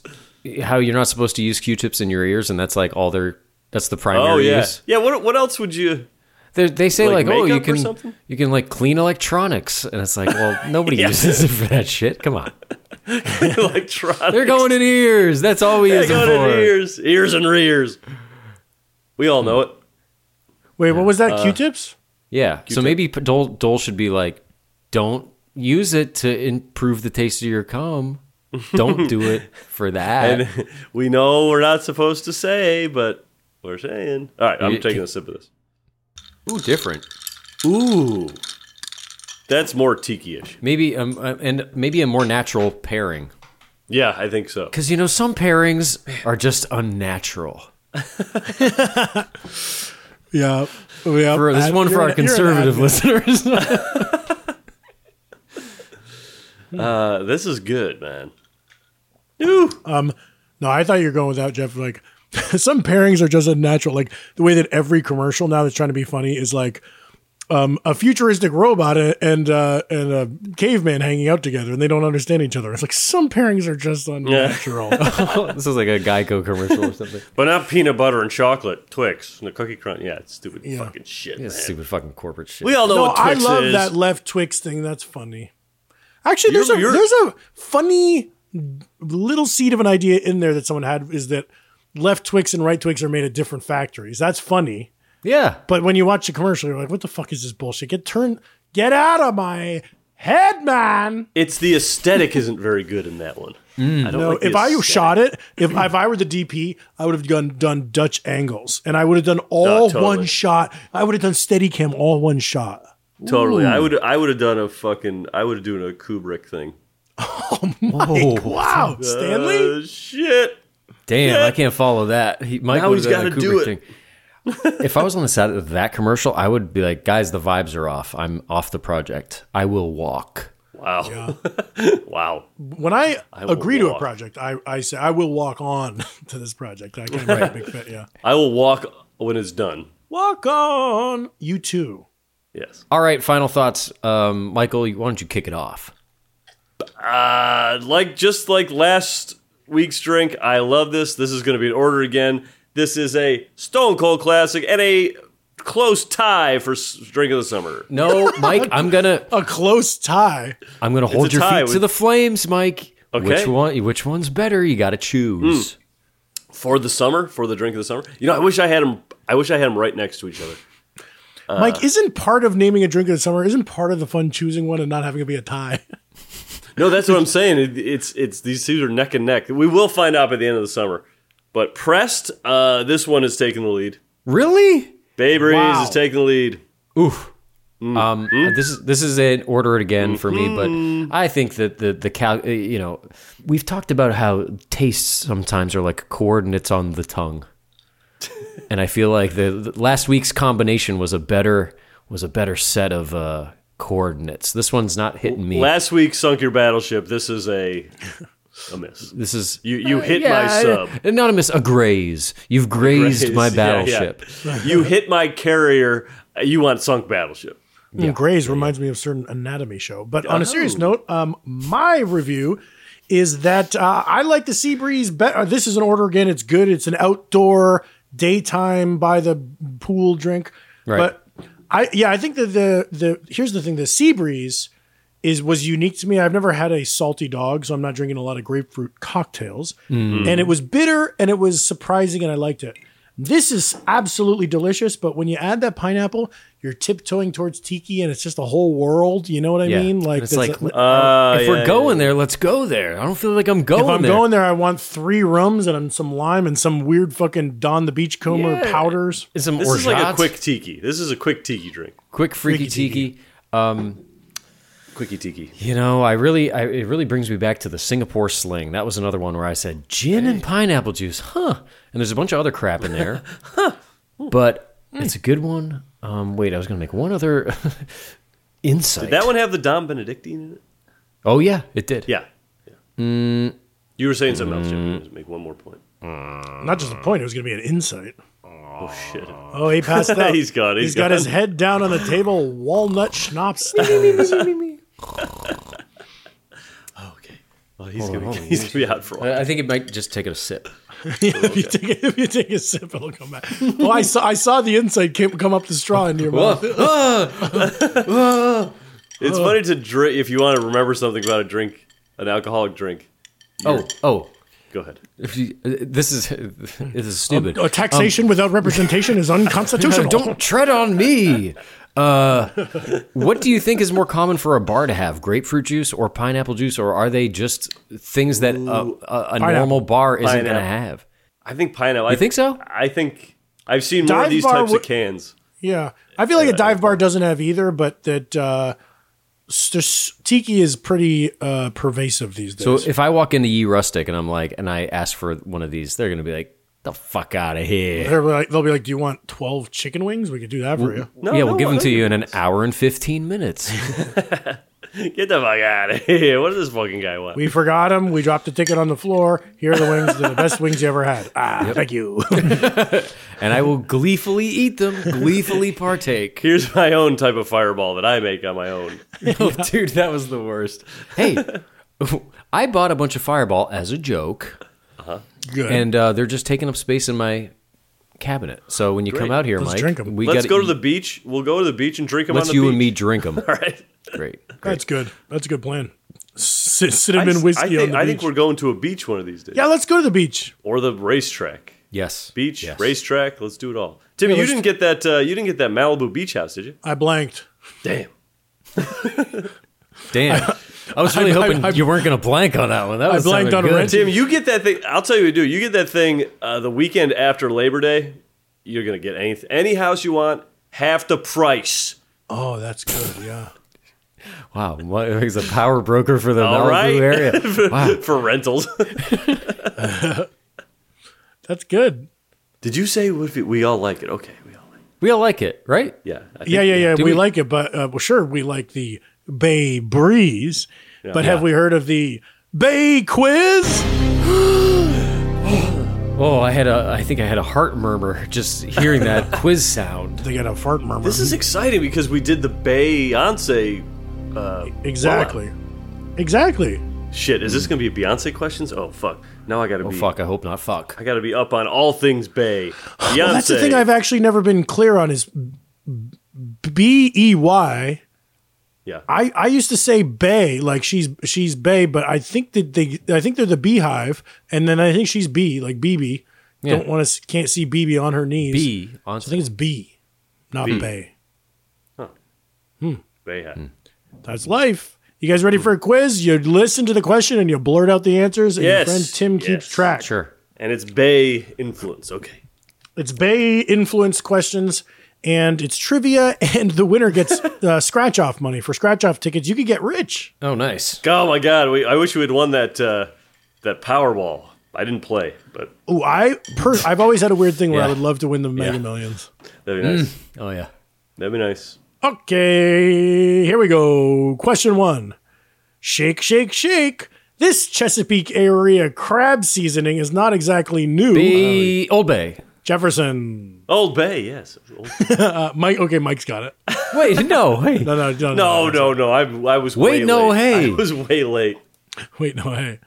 [SPEAKER 1] How you're not supposed to use Q-tips in your ears, and that's like all their that's the primary
[SPEAKER 2] Oh yeah.
[SPEAKER 1] use.
[SPEAKER 2] Yeah, what what else would you
[SPEAKER 1] They, they say
[SPEAKER 2] Like
[SPEAKER 1] like, oh, you
[SPEAKER 2] makeup or
[SPEAKER 1] can
[SPEAKER 2] something?
[SPEAKER 1] you can like clean electronics, and it's like, well, nobody uses it for that shit. Come on,
[SPEAKER 2] like try
[SPEAKER 1] they're going in ears. That's all we use
[SPEAKER 2] They're
[SPEAKER 1] them
[SPEAKER 2] going
[SPEAKER 1] for.
[SPEAKER 2] in ears. Ears and rears. We all know it.
[SPEAKER 3] Wait, what was that?
[SPEAKER 1] Uh,
[SPEAKER 3] Q-tips?
[SPEAKER 1] Yeah. So maybe p- Dole, Dole should be like, don't use it to improve the taste of your cum. Don't do it for that.
[SPEAKER 2] And we know we're not supposed to say, but we're saying. All right, I'm
[SPEAKER 1] You-
[SPEAKER 2] taking a sip of this.
[SPEAKER 1] Ooh, different.
[SPEAKER 2] Ooh. That's more tiki ish.
[SPEAKER 1] Maybe um, uh, and maybe a more natural pairing.
[SPEAKER 2] Yeah, I think so.
[SPEAKER 1] Because you know some pairings are just unnatural.
[SPEAKER 3] Yeah. yeah.
[SPEAKER 1] For, this is
[SPEAKER 3] Ad-
[SPEAKER 1] one for our
[SPEAKER 3] you're an- you're an
[SPEAKER 1] conservative
[SPEAKER 3] admin.
[SPEAKER 1] listeners.
[SPEAKER 2] Uh, this is good, man. Ooh.
[SPEAKER 3] No, I thought you were going without Jeff. Like some pairings are just unnatural. Like the way that every commercial now that's trying to be funny is like um, a futuristic robot a- and uh, and a caveman hanging out together, and they don't understand each other. It's like some pairings are just unnatural.
[SPEAKER 1] this is like a Geico commercial or something.
[SPEAKER 2] But not peanut butter and chocolate. Twix and the cookie crunch. Yeah, it's stupid fucking shit,
[SPEAKER 1] This
[SPEAKER 2] man.
[SPEAKER 1] stupid fucking corporate shit.
[SPEAKER 2] We all know
[SPEAKER 3] no,
[SPEAKER 2] what
[SPEAKER 3] I
[SPEAKER 2] Twix
[SPEAKER 3] love
[SPEAKER 2] is.
[SPEAKER 3] that left Twix thing. That's funny. Actually, there's
[SPEAKER 2] You're-
[SPEAKER 3] a
[SPEAKER 2] you're-
[SPEAKER 3] there's a funny little seed of an idea in there that someone had is that left Twix and right Twix are made at different factories. That's funny.
[SPEAKER 1] yeah.
[SPEAKER 3] But when you watch the commercial, you're like, "What the fuck is this bullshit? Get turn, get out of my head, man!"
[SPEAKER 2] It's the aesthetic isn't very good in that one. I don't
[SPEAKER 3] Mm. No,
[SPEAKER 2] like the
[SPEAKER 3] if I
[SPEAKER 2] aesthetic.
[SPEAKER 3] shot it, if if I were the DP, I would have done done Dutch angles, and I would have done all
[SPEAKER 2] Oh, totally.
[SPEAKER 3] one shot. I would have done Steadicam all one shot.
[SPEAKER 2] totally, I would I would have done a fucking I would have done a Kubrick thing.
[SPEAKER 3] Like, Oh, wow, Stanley.
[SPEAKER 2] Uh, shit.
[SPEAKER 1] Damn, I can't follow that. He, Mike
[SPEAKER 2] Now
[SPEAKER 1] would
[SPEAKER 2] he's
[SPEAKER 1] have done a
[SPEAKER 2] gotta do
[SPEAKER 1] Kubrick
[SPEAKER 2] it.
[SPEAKER 1] thing. if I was on the side of that commercial, I would be like, guys, the vibes are off. I'm off the project. I will walk.
[SPEAKER 2] Wow. wow.
[SPEAKER 3] When I,
[SPEAKER 2] will
[SPEAKER 3] agree to a
[SPEAKER 2] walk.
[SPEAKER 3] project, I, I say I will walk on to this project. I can't write a big fit. Yeah,
[SPEAKER 2] I will walk when it's done.
[SPEAKER 3] walk on. You too.
[SPEAKER 2] Yes.
[SPEAKER 1] All right, final thoughts. Um, Michael, why don't you kick it off?
[SPEAKER 2] Uh, like just like last week's drink, I love this. This is going to be an order again. This is a stone cold classic and a close tie for s- drink of the summer.
[SPEAKER 1] No, Mike, I'm gonna
[SPEAKER 3] A close tie.
[SPEAKER 1] I'm gonna hold
[SPEAKER 2] a
[SPEAKER 1] your
[SPEAKER 2] tie
[SPEAKER 1] feet to
[SPEAKER 2] with-
[SPEAKER 1] the flames, Mike.
[SPEAKER 2] Okay.
[SPEAKER 1] Which one which one's better? You gotta choose.
[SPEAKER 2] For the summer, for the drink of the summer. You know, I wish I had them. I wish I had them right next to each other.
[SPEAKER 3] Mike, isn't part of naming a drink of the summer? Isn't part of the fun choosing one and not having it be a tie?
[SPEAKER 2] No, that's what I'm saying. It, it's it's these two are neck and neck. We will find out by the end of the summer. But pressed, uh, this one is taking the lead.
[SPEAKER 1] Really?
[SPEAKER 2] Bay Breeze
[SPEAKER 3] Wow.
[SPEAKER 2] is taking the lead.
[SPEAKER 1] Oof. Um,
[SPEAKER 2] Hmm?
[SPEAKER 1] This is this is an order it again for me,
[SPEAKER 2] Mm-hmm.
[SPEAKER 1] but I think that the the cal- uh, you know we've talked about how tastes sometimes are like coordinates on the tongue, and I feel like the, the last week's combination was a better was a better set of uh, coordinates. This one's not hitting me.
[SPEAKER 2] Last week sunk your battleship. This is a a miss.
[SPEAKER 1] this is
[SPEAKER 2] You you hit my
[SPEAKER 1] I-
[SPEAKER 2] sub.
[SPEAKER 1] not a miss, a graze. You've grazed my
[SPEAKER 2] Yeah, yeah.
[SPEAKER 1] battleship.
[SPEAKER 2] you hit my carrier. uh, You want sunk battleship.
[SPEAKER 3] Mm, Grays reminds me of certain anatomy show. But on a serious note, um, my review is that uh, I like the sea breeze better. This is an order again. It's good. It's an outdoor daytime by the pool drink.
[SPEAKER 1] Right.
[SPEAKER 3] But I yeah, I think that the the here's the thing: the sea breeze is was unique to me. I've never had a salty dog, so I'm not drinking a lot of grapefruit cocktails. And it was bitter and it was surprising and I liked it. This is absolutely delicious, but when you add that pineapple, you're tiptoeing towards tiki and it's just a whole world, you know what I
[SPEAKER 1] Yeah.
[SPEAKER 3] mean? Like
[SPEAKER 1] It's
[SPEAKER 3] there's
[SPEAKER 1] like,
[SPEAKER 3] a-
[SPEAKER 2] Uh,
[SPEAKER 1] if
[SPEAKER 2] yeah,
[SPEAKER 1] we're
[SPEAKER 2] yeah.
[SPEAKER 1] going there, let's go there. I don't feel like I'm going
[SPEAKER 3] if I'm
[SPEAKER 1] there.
[SPEAKER 3] going there, I want three rums and some lime and some weird fucking Don the Beachcomber
[SPEAKER 1] Yeah.
[SPEAKER 3] powders.
[SPEAKER 1] Some
[SPEAKER 2] This is like a
[SPEAKER 1] orgeat.
[SPEAKER 2] quick tiki. This is a quick tiki drink.
[SPEAKER 1] quick freaky
[SPEAKER 3] tiki.
[SPEAKER 1] tiki.
[SPEAKER 2] Quickie tiki.
[SPEAKER 1] You know, I really, I, it really brings me back to the Singapore sling. That was another one where I said gin and pineapple juice, huh? And there's a bunch of other crap in there, huh? But
[SPEAKER 2] Hmm.
[SPEAKER 1] it's a good one. Um, wait, I was going to make one other insight.
[SPEAKER 2] That one have the Dom Benedictine in it.
[SPEAKER 1] oh yeah, it did.
[SPEAKER 2] Yeah. yeah. Mm. You were saying something else, Jim. You wanted to Make one more point.
[SPEAKER 3] Not just a point, it was gonna be an insight.
[SPEAKER 2] Oh shit.
[SPEAKER 3] Oh, he passed out.
[SPEAKER 2] He's gone, he's
[SPEAKER 3] he's got
[SPEAKER 2] gone.
[SPEAKER 3] his head down on the table, walnut schnapps. style.
[SPEAKER 2] Okay.
[SPEAKER 3] Oh,
[SPEAKER 2] Well, he's gonna he's gonna be out for a while.
[SPEAKER 1] I I think it might just take a sip.
[SPEAKER 3] if, you take, a- if you take a sip, it'll come back. Well, I saw I saw the inside came, come up the straw into your mouth.
[SPEAKER 2] It's funny to drink if you want to remember something about a drink, an alcoholic drink.
[SPEAKER 1] Oh, oh,
[SPEAKER 2] Go ahead.
[SPEAKER 1] If you- This is this is stupid.
[SPEAKER 2] Oh,
[SPEAKER 3] A
[SPEAKER 2] Um,
[SPEAKER 3] taxation without representation is unconstitutional.
[SPEAKER 1] Don't tread on me. Uh, what do you think is more common for a bar to have? Grapefruit juice or pineapple juice, or are they just things that a, a, a normal bar isn't going to
[SPEAKER 2] Pineapple.
[SPEAKER 1] have?
[SPEAKER 2] I think pineapple.
[SPEAKER 1] You think so?
[SPEAKER 2] I think I've seen more
[SPEAKER 3] Dive
[SPEAKER 2] of these
[SPEAKER 3] bar
[SPEAKER 2] types
[SPEAKER 3] would-
[SPEAKER 2] of cans.
[SPEAKER 3] Yeah, I feel like a dive bar doesn't have either, but that uh, s- there's- tiki is pretty uh, pervasive these days.
[SPEAKER 1] So if I walk into Ye Rustic and I'm like, and I ask for one of these, they're going to be like, "The fuck out of here!"
[SPEAKER 3] They're like- they'll be like, "Do you want twelve chicken wings? We could do that for you."
[SPEAKER 2] No,
[SPEAKER 1] yeah,
[SPEAKER 2] no,
[SPEAKER 1] we'll give
[SPEAKER 2] I
[SPEAKER 1] them to
[SPEAKER 2] think
[SPEAKER 1] you
[SPEAKER 2] it
[SPEAKER 1] in an
[SPEAKER 2] is.
[SPEAKER 1] hour and fifteen minutes.
[SPEAKER 2] Get the fuck out of here! What does this fucking guy want?
[SPEAKER 3] We forgot them. We dropped the ticket on the floor. Here are the wings. They're the best wings you ever had. Ah, thank you.
[SPEAKER 1] and I will gleefully eat them, gleefully partake.
[SPEAKER 2] Here's my own type of fireball that I make on my own.
[SPEAKER 1] Oh, dude, that was the worst. Hey, I bought a bunch of Fireball as a joke.
[SPEAKER 3] Good.
[SPEAKER 1] and uh, they're just taking up space in my cabinet. So when you come out here,
[SPEAKER 3] Let's
[SPEAKER 1] Mike,
[SPEAKER 3] drink 'em.
[SPEAKER 1] we
[SPEAKER 2] Let's
[SPEAKER 1] gotta-
[SPEAKER 2] go to the beach. We'll go to the beach and drink them
[SPEAKER 1] Let's
[SPEAKER 2] on the
[SPEAKER 1] you
[SPEAKER 2] beach.
[SPEAKER 1] and me drink them.
[SPEAKER 2] All right.
[SPEAKER 1] Great.
[SPEAKER 3] That's good. That's a good plan. C-
[SPEAKER 2] I, s-
[SPEAKER 3] cinnamon
[SPEAKER 2] I
[SPEAKER 3] whiskey
[SPEAKER 2] think,
[SPEAKER 3] on the
[SPEAKER 2] I
[SPEAKER 3] beach.
[SPEAKER 2] think we're going to a beach one of these days.
[SPEAKER 3] yeah, let's go to the beach.
[SPEAKER 2] Or the racetrack.
[SPEAKER 1] Yes.
[SPEAKER 2] Beach,
[SPEAKER 1] Yes.
[SPEAKER 2] racetrack. Let's do it all. Timmy,
[SPEAKER 3] Yeah,
[SPEAKER 2] you
[SPEAKER 3] let's-
[SPEAKER 2] didn't get that. Uh, you didn't get that Malibu beach house, did you?
[SPEAKER 3] I blanked.
[SPEAKER 2] Damn.
[SPEAKER 1] Damn. I was really
[SPEAKER 3] I- I-
[SPEAKER 1] hoping
[SPEAKER 3] I-
[SPEAKER 1] you weren't going to blank on that one. That
[SPEAKER 3] I
[SPEAKER 1] was
[SPEAKER 3] blanked
[SPEAKER 1] sounding
[SPEAKER 3] on a
[SPEAKER 1] good.
[SPEAKER 3] rent-
[SPEAKER 2] Tim, you get that thing. I'll tell you what, dude. You get that thing uh, the weekend after Labor Day. You're gonna get any any house you want, half the price.
[SPEAKER 3] Oh, that's good. Yeah.
[SPEAKER 1] Wow, what, he's a power broker for the
[SPEAKER 2] All
[SPEAKER 1] Malibu
[SPEAKER 2] right.
[SPEAKER 1] area. Wow.
[SPEAKER 2] for rentals.
[SPEAKER 3] That's good.
[SPEAKER 2] Did you say we, we all like it? Okay, we all like. It.
[SPEAKER 1] We all like it, right?
[SPEAKER 2] Yeah, I think-
[SPEAKER 3] Yeah, yeah, yeah.
[SPEAKER 1] Do
[SPEAKER 3] We,
[SPEAKER 1] we-
[SPEAKER 3] like it, but uh, well, sure, we like the Bay Breeze. but have we heard of the Bay Quiz?
[SPEAKER 1] Oh, I had a. I think I had a heart murmur just hearing that quiz sound.
[SPEAKER 3] They got a fart murmur.
[SPEAKER 2] This is exciting because we did the Beyonce
[SPEAKER 3] exactly, exactly.
[SPEAKER 2] shit. Is this gonna be Beyonce questions? Oh fuck! Now I gotta
[SPEAKER 1] Oh
[SPEAKER 2] be.
[SPEAKER 1] fuck! I hope not. Fuck.
[SPEAKER 2] I gotta be up on all things Bay. Beyonce.
[SPEAKER 3] Well, that's the thing I've actually never been clear on is B E Y.
[SPEAKER 2] Yeah.
[SPEAKER 3] I, I used to say Bay, like she's she's Bay, but I think that they I think they're the Beehive, and then I think she's B, like BB.
[SPEAKER 1] Yeah.
[SPEAKER 3] Don't want to can't see BB on her knees.
[SPEAKER 1] B on.
[SPEAKER 3] I think it's B, not Bay.
[SPEAKER 2] Bay hat.
[SPEAKER 3] That's life. You guys ready for a quiz? You listen to the question and you blurt out the answers, and your
[SPEAKER 2] Yes.
[SPEAKER 3] friend Tim
[SPEAKER 2] Yes.
[SPEAKER 3] keeps track.
[SPEAKER 1] Sure.
[SPEAKER 2] And it's Bay influence. Okay.
[SPEAKER 3] It's Bay influence questions, and it's trivia, and the winner gets uh, scratch off money for scratch off tickets. You could get rich.
[SPEAKER 1] Oh, nice.
[SPEAKER 2] Oh my god! We, I wish we had won that uh, that Powerball. I didn't play, but
[SPEAKER 3] Oh, I per- I've always had a weird thing where I
[SPEAKER 1] Yeah.
[SPEAKER 3] would love to win the Mega
[SPEAKER 1] Yeah.
[SPEAKER 3] Millions.
[SPEAKER 2] that'd be nice.
[SPEAKER 1] Oh yeah.
[SPEAKER 2] That'd be nice.
[SPEAKER 3] Okay, here we go. Question one Shake, shake, shake. This Chesapeake area crab seasoning is not exactly new.
[SPEAKER 1] B Old Bay.
[SPEAKER 3] Jefferson.
[SPEAKER 2] Old Bay, yes. Old-
[SPEAKER 3] Uh, Mike, okay, Mike's got it.
[SPEAKER 1] Wait, no. Hey.
[SPEAKER 3] No, no, no.
[SPEAKER 2] no, no, no. I, I was
[SPEAKER 1] Wait,
[SPEAKER 2] way
[SPEAKER 1] no,
[SPEAKER 2] late.
[SPEAKER 1] hey.
[SPEAKER 2] I was way late.
[SPEAKER 3] Wait, no, hey.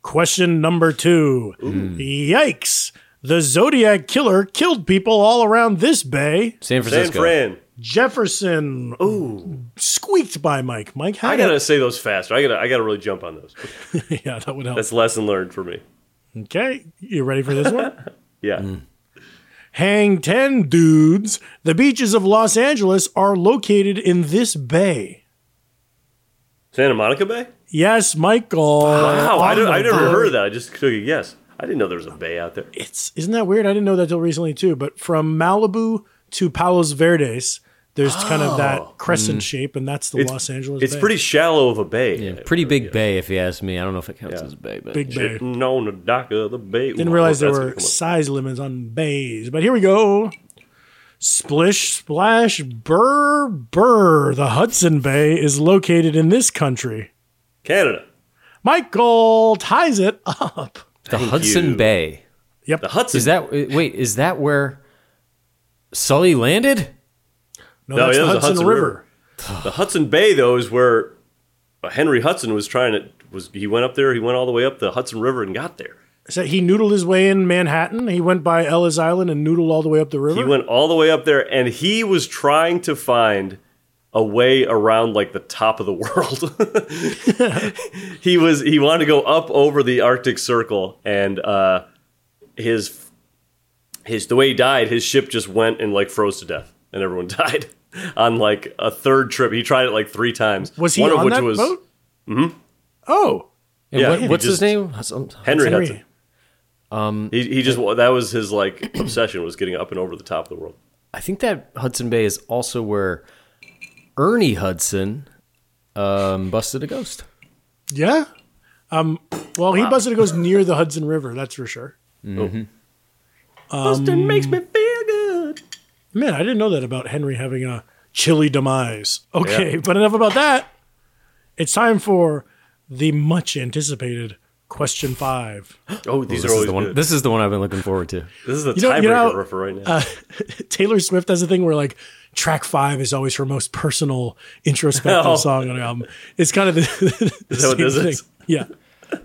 [SPEAKER 3] Question number two. Yikes. The Zodiac Killer killed people all around this bay.
[SPEAKER 1] San
[SPEAKER 2] San
[SPEAKER 1] Francisco.
[SPEAKER 2] Fran.
[SPEAKER 3] Jefferson. Ooh. Squeaked by Mike. Mike had
[SPEAKER 2] I gotta
[SPEAKER 3] it.
[SPEAKER 2] say those faster. I gotta I gotta really jump on those.
[SPEAKER 3] yeah, that would help.
[SPEAKER 2] That's lesson learned for me.
[SPEAKER 3] Okay. You ready for this one?
[SPEAKER 2] Yeah.
[SPEAKER 3] Hang 10 dudes. The beaches of Los Angeles are located in this bay.
[SPEAKER 2] Santa Monica Bay?
[SPEAKER 3] Yes, Michael. Uh, Oh
[SPEAKER 2] Wow, I, don't- I never
[SPEAKER 3] Automobile.
[SPEAKER 2] heard of that. I just took a guess. I didn't know there was a bay out there.
[SPEAKER 3] It's isn't that weird? I didn't know that till recently too. But from Malibu to Palos Verdes, there's kind of that crescent shape, and that's the Los
[SPEAKER 2] Oh.
[SPEAKER 3] Angeles.
[SPEAKER 2] Mm. It's
[SPEAKER 3] Bay.
[SPEAKER 2] pretty shallow of a bay.
[SPEAKER 1] Yeah, pretty big bay, if you ask me. I don't know if it counts as a bay, but
[SPEAKER 3] big bay.
[SPEAKER 2] Sitting on the dock of the bay.
[SPEAKER 3] Didn't realize there were size limits on bays, but here we go. Splish splash burr burr. The Hudson Bay is located in this country.
[SPEAKER 2] Canada.
[SPEAKER 3] Michael ties it up.
[SPEAKER 1] the Hudson
[SPEAKER 2] you.
[SPEAKER 1] Bay
[SPEAKER 2] The Hudson.
[SPEAKER 1] is that. Wait, is that where Sully landed?
[SPEAKER 3] No,
[SPEAKER 2] No,
[SPEAKER 3] that's
[SPEAKER 2] Oh, yeah,
[SPEAKER 3] the
[SPEAKER 2] it was
[SPEAKER 3] Hudson, River.
[SPEAKER 2] The Hudson Bay though is where uh, Henry Hudson was trying to was he went up there, he went all the way up the Hudson River and got there.
[SPEAKER 3] So he noodled his way in Manhattan. He went by Ellis Island and noodled all the way up the river.
[SPEAKER 2] He went all the way up there and he was trying to find a way around like the top of the world. he was he wanted to go up over the Arctic Circle, and uh, his his the way he died, his ship just went and like froze to death, and everyone died on like a third trip. He tried it like three times.
[SPEAKER 3] Was he
[SPEAKER 2] One
[SPEAKER 3] on
[SPEAKER 2] of which
[SPEAKER 3] that
[SPEAKER 2] was
[SPEAKER 3] boat? Oh,
[SPEAKER 1] And
[SPEAKER 2] Yeah,
[SPEAKER 1] what-
[SPEAKER 2] he
[SPEAKER 1] what's his
[SPEAKER 2] just-
[SPEAKER 1] name? Some-
[SPEAKER 2] Henry,
[SPEAKER 3] Henry.
[SPEAKER 2] Hudson. He, he just that was his like obsession was getting up and over the top of the world.
[SPEAKER 1] I think that Hudson Bay is also where Ernie Hudson um, busted a ghost.
[SPEAKER 3] Yeah. Um, well, he busted it goes near the Hudson River, that's for sure.
[SPEAKER 2] Austin makes me feel good.
[SPEAKER 3] Man, I didn't know that about Henry having a chilly demise. Okay, but enough about that. It's time for the much anticipated question five.
[SPEAKER 2] Oh, these
[SPEAKER 1] This is
[SPEAKER 2] are always
[SPEAKER 1] the one.
[SPEAKER 2] good. This,
[SPEAKER 1] This is the one I've been looking forward to.
[SPEAKER 2] is the
[SPEAKER 3] You know-
[SPEAKER 2] tiebreaker
[SPEAKER 3] you know,
[SPEAKER 2] for right now.
[SPEAKER 3] Taylor Swift has a thing where like track five is always her most personal introspective
[SPEAKER 2] Oh.
[SPEAKER 3] song on an album. It's kind of the, the
[SPEAKER 2] that what
[SPEAKER 3] same
[SPEAKER 2] this
[SPEAKER 3] thing.
[SPEAKER 2] is?
[SPEAKER 3] Yeah.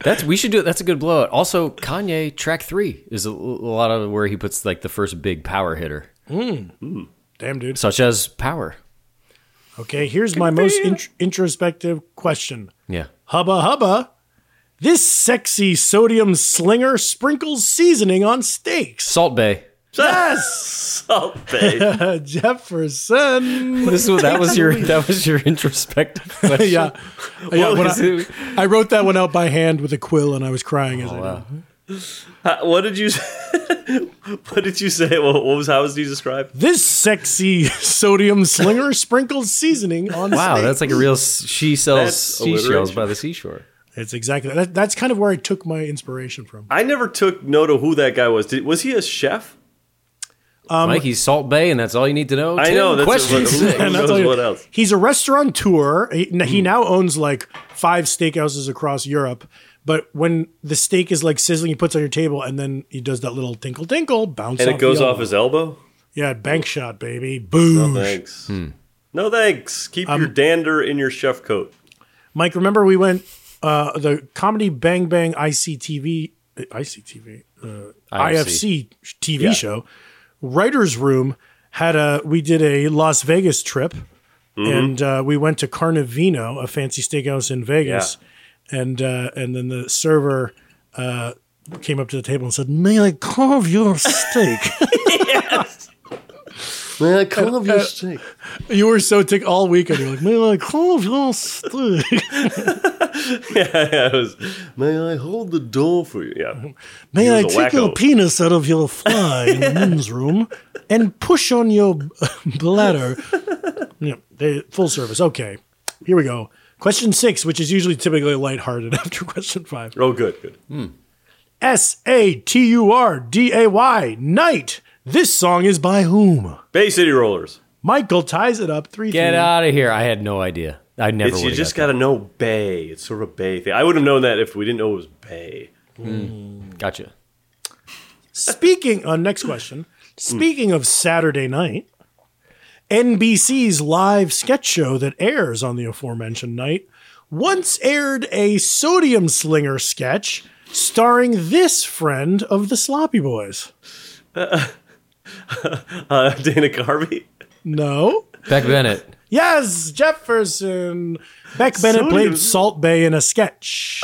[SPEAKER 1] That's we should do it. That's a good blowout. Also, Kanye track three is a, a lot of where he puts like the first big power hitter,
[SPEAKER 3] Damn, dude.
[SPEAKER 1] such as power.
[SPEAKER 3] Okay, here's my most int- introspective question.
[SPEAKER 1] Yeah.
[SPEAKER 3] Hubba hubba. This sexy sodium slinger sprinkles seasoning on steaks.
[SPEAKER 1] Salt Bay.
[SPEAKER 3] Yes,
[SPEAKER 2] Oh, babe.
[SPEAKER 3] Uh, Jefferson.
[SPEAKER 1] This is that was your that was your introspective question.
[SPEAKER 3] yeah, Oh, yeah. when
[SPEAKER 1] was it?
[SPEAKER 3] I, I wrote that one out by hand with a quill, and I was crying as I did. it.
[SPEAKER 2] Uh, what did you? what did you say? What, what was? How was he described?
[SPEAKER 3] This sexy sodium slinger sprinkles seasoning on
[SPEAKER 1] Wow,
[SPEAKER 3] steaks.
[SPEAKER 1] that's like a real s- she sells
[SPEAKER 2] That's
[SPEAKER 1] seashells
[SPEAKER 2] alliteration.
[SPEAKER 1] by the seashore.
[SPEAKER 3] It's exactly that. That's kind of where I took my inspiration from.
[SPEAKER 2] I never took note of who that guy was. Did, was he a chef?
[SPEAKER 1] Mikey's Salt Bay, and that's all you need to know.
[SPEAKER 2] Um, I
[SPEAKER 1] Tim,
[SPEAKER 2] know. That's
[SPEAKER 1] question
[SPEAKER 2] who
[SPEAKER 1] six.
[SPEAKER 3] And that's
[SPEAKER 2] knows
[SPEAKER 3] all you-
[SPEAKER 2] what else? Hmm.
[SPEAKER 3] He's a restaurateur. He, he now owns like five steakhouses across Europe. But when the steak is like sizzling, he puts it on your table, and then he does that little tinkle tinkle bounce.
[SPEAKER 2] And
[SPEAKER 3] off
[SPEAKER 2] it goes
[SPEAKER 3] the
[SPEAKER 2] off
[SPEAKER 3] elbow.
[SPEAKER 2] his elbow.
[SPEAKER 3] yeah bank shot, baby. Boom.
[SPEAKER 2] Thanks. No thanks. Keep your dander in your chef coat.
[SPEAKER 3] Mike, remember we went uh, the comedy Bang Bang ICTV, uh, ICTV, uh, IFC TV show, Writers Room had a. We did a Las Vegas trip,
[SPEAKER 2] Mm-hmm.
[SPEAKER 3] and uh, we went to Carnivino, a fancy steakhouse in Vegas, and uh, and then the server. Uh, Came up to the table and said, "May I carve your steak?"
[SPEAKER 2] Man, come off your steak.
[SPEAKER 3] Uh, you were so tick all weekend. You're like, "May I carve your steak?"
[SPEAKER 2] yeah, it was, May I hold the door for you? Yeah.
[SPEAKER 3] May I
[SPEAKER 2] was a
[SPEAKER 3] take your
[SPEAKER 2] wacko.
[SPEAKER 3] penis out of your fly in the men's room and push on your bladder? yeah, they, full service. Okay, here we go. Question six, which is usually typically lighthearted after question five.
[SPEAKER 2] Oh, good, good.
[SPEAKER 3] S A T U R D A Y, night. This song is by whom?
[SPEAKER 2] Bay City Rollers.
[SPEAKER 3] Michael ties it up three
[SPEAKER 1] Get
[SPEAKER 3] three.
[SPEAKER 1] out of here! I had no idea. I never
[SPEAKER 2] It's, you
[SPEAKER 1] would
[SPEAKER 2] just got to know Bay. It's sort of a Bay thing. I would have known that if we didn't know it was Bay.
[SPEAKER 1] gotcha.
[SPEAKER 3] Speaking on next
[SPEAKER 2] Hmm.
[SPEAKER 3] question. Speaking of Saturday night, NBC's live sketch show that airs on the aforementioned night once aired a sodium slinger sketch starring this friend of the Sloppy Boys.
[SPEAKER 2] Uh, Dana Carvey.
[SPEAKER 3] No.
[SPEAKER 1] Beck Bennett.
[SPEAKER 3] Yes, Jefferson. Beck Bennett
[SPEAKER 2] Sodium- Oh.
[SPEAKER 3] played Salt Bay in a sketch.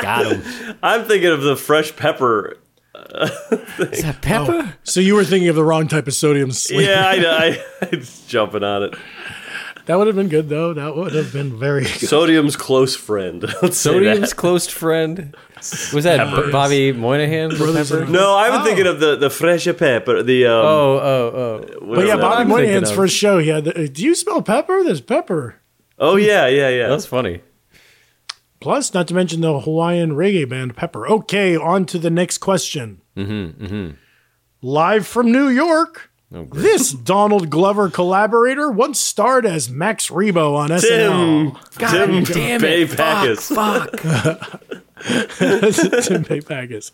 [SPEAKER 1] Got him.
[SPEAKER 2] I'm thinking of the fresh pepper.
[SPEAKER 1] Is that Pepper?
[SPEAKER 2] Oh,
[SPEAKER 3] so you were thinking of the wrong type of sodium slinger.
[SPEAKER 2] Yeah, I, I, I'm jumping on it.
[SPEAKER 3] That would have been good though. That would have been very good.
[SPEAKER 2] Sodium's close friend. Let's say that.
[SPEAKER 1] Sodium's close friend. Was that B- Bobby Moynihan? Pepper?
[SPEAKER 2] No, I'm thinking of the the fresh pepper. The um,
[SPEAKER 1] Oh, oh, oh.
[SPEAKER 3] But
[SPEAKER 2] whatever
[SPEAKER 3] yeah,
[SPEAKER 2] that is.
[SPEAKER 3] Bobby
[SPEAKER 1] I'm thinking
[SPEAKER 3] Moynihan's
[SPEAKER 1] of-
[SPEAKER 3] first show, he had the, do you smell pepper? There's pepper.
[SPEAKER 2] Oh yeah, yeah, yeah.
[SPEAKER 1] That's funny.
[SPEAKER 3] Plus, not to mention the Hawaiian reggae band Pepper. Okay, on to the next question. Mm-hmm, mm-hmm. Live from New York,
[SPEAKER 2] Oh,
[SPEAKER 3] this Donald Glover collaborator once starred as Max Rebo on SNL.
[SPEAKER 2] Tim. Tim Bay Packus.
[SPEAKER 1] Fuck.
[SPEAKER 3] Tim Bay Packus.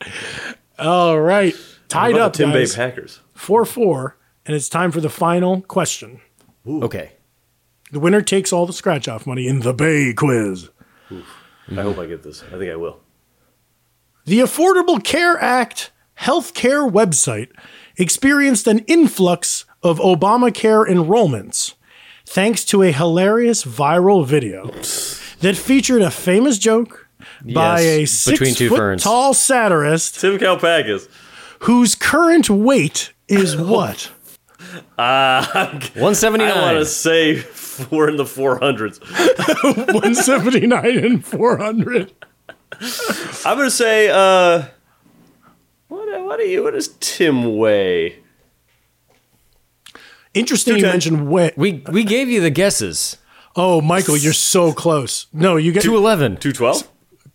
[SPEAKER 3] All right, tied
[SPEAKER 2] About
[SPEAKER 3] up,
[SPEAKER 2] the Tim Bay
[SPEAKER 3] guys.
[SPEAKER 2] Packers.
[SPEAKER 3] Four four, and it's time for the final question.
[SPEAKER 1] Okay.
[SPEAKER 3] The winner takes all the scratch off money in the Bay quiz. Mm-hmm.
[SPEAKER 2] I hope I get this. I think I will.
[SPEAKER 3] The Affordable Care Act healthcare website experienced an influx of Obamacare enrollments. thanks to a hilarious viral video that featured a famous joke by a
[SPEAKER 1] Yes, between
[SPEAKER 3] six
[SPEAKER 1] two
[SPEAKER 3] foot
[SPEAKER 1] ferns.
[SPEAKER 3] tall satirist
[SPEAKER 2] Tim Kalpakis.
[SPEAKER 3] whose current weight is what?
[SPEAKER 1] One seventy
[SPEAKER 2] I want to
[SPEAKER 1] nine.
[SPEAKER 2] say we're in the 400s.
[SPEAKER 3] 179 and 400.
[SPEAKER 2] I'm going to say, uh, what, what are you, what is Tim weigh?
[SPEAKER 3] Interesting you
[SPEAKER 2] Two-ten.
[SPEAKER 3] mentioned weight.
[SPEAKER 1] We we gave you the guesses.
[SPEAKER 3] Oh, Michael, you're so close. No, you get
[SPEAKER 1] Two eleven.
[SPEAKER 2] 212?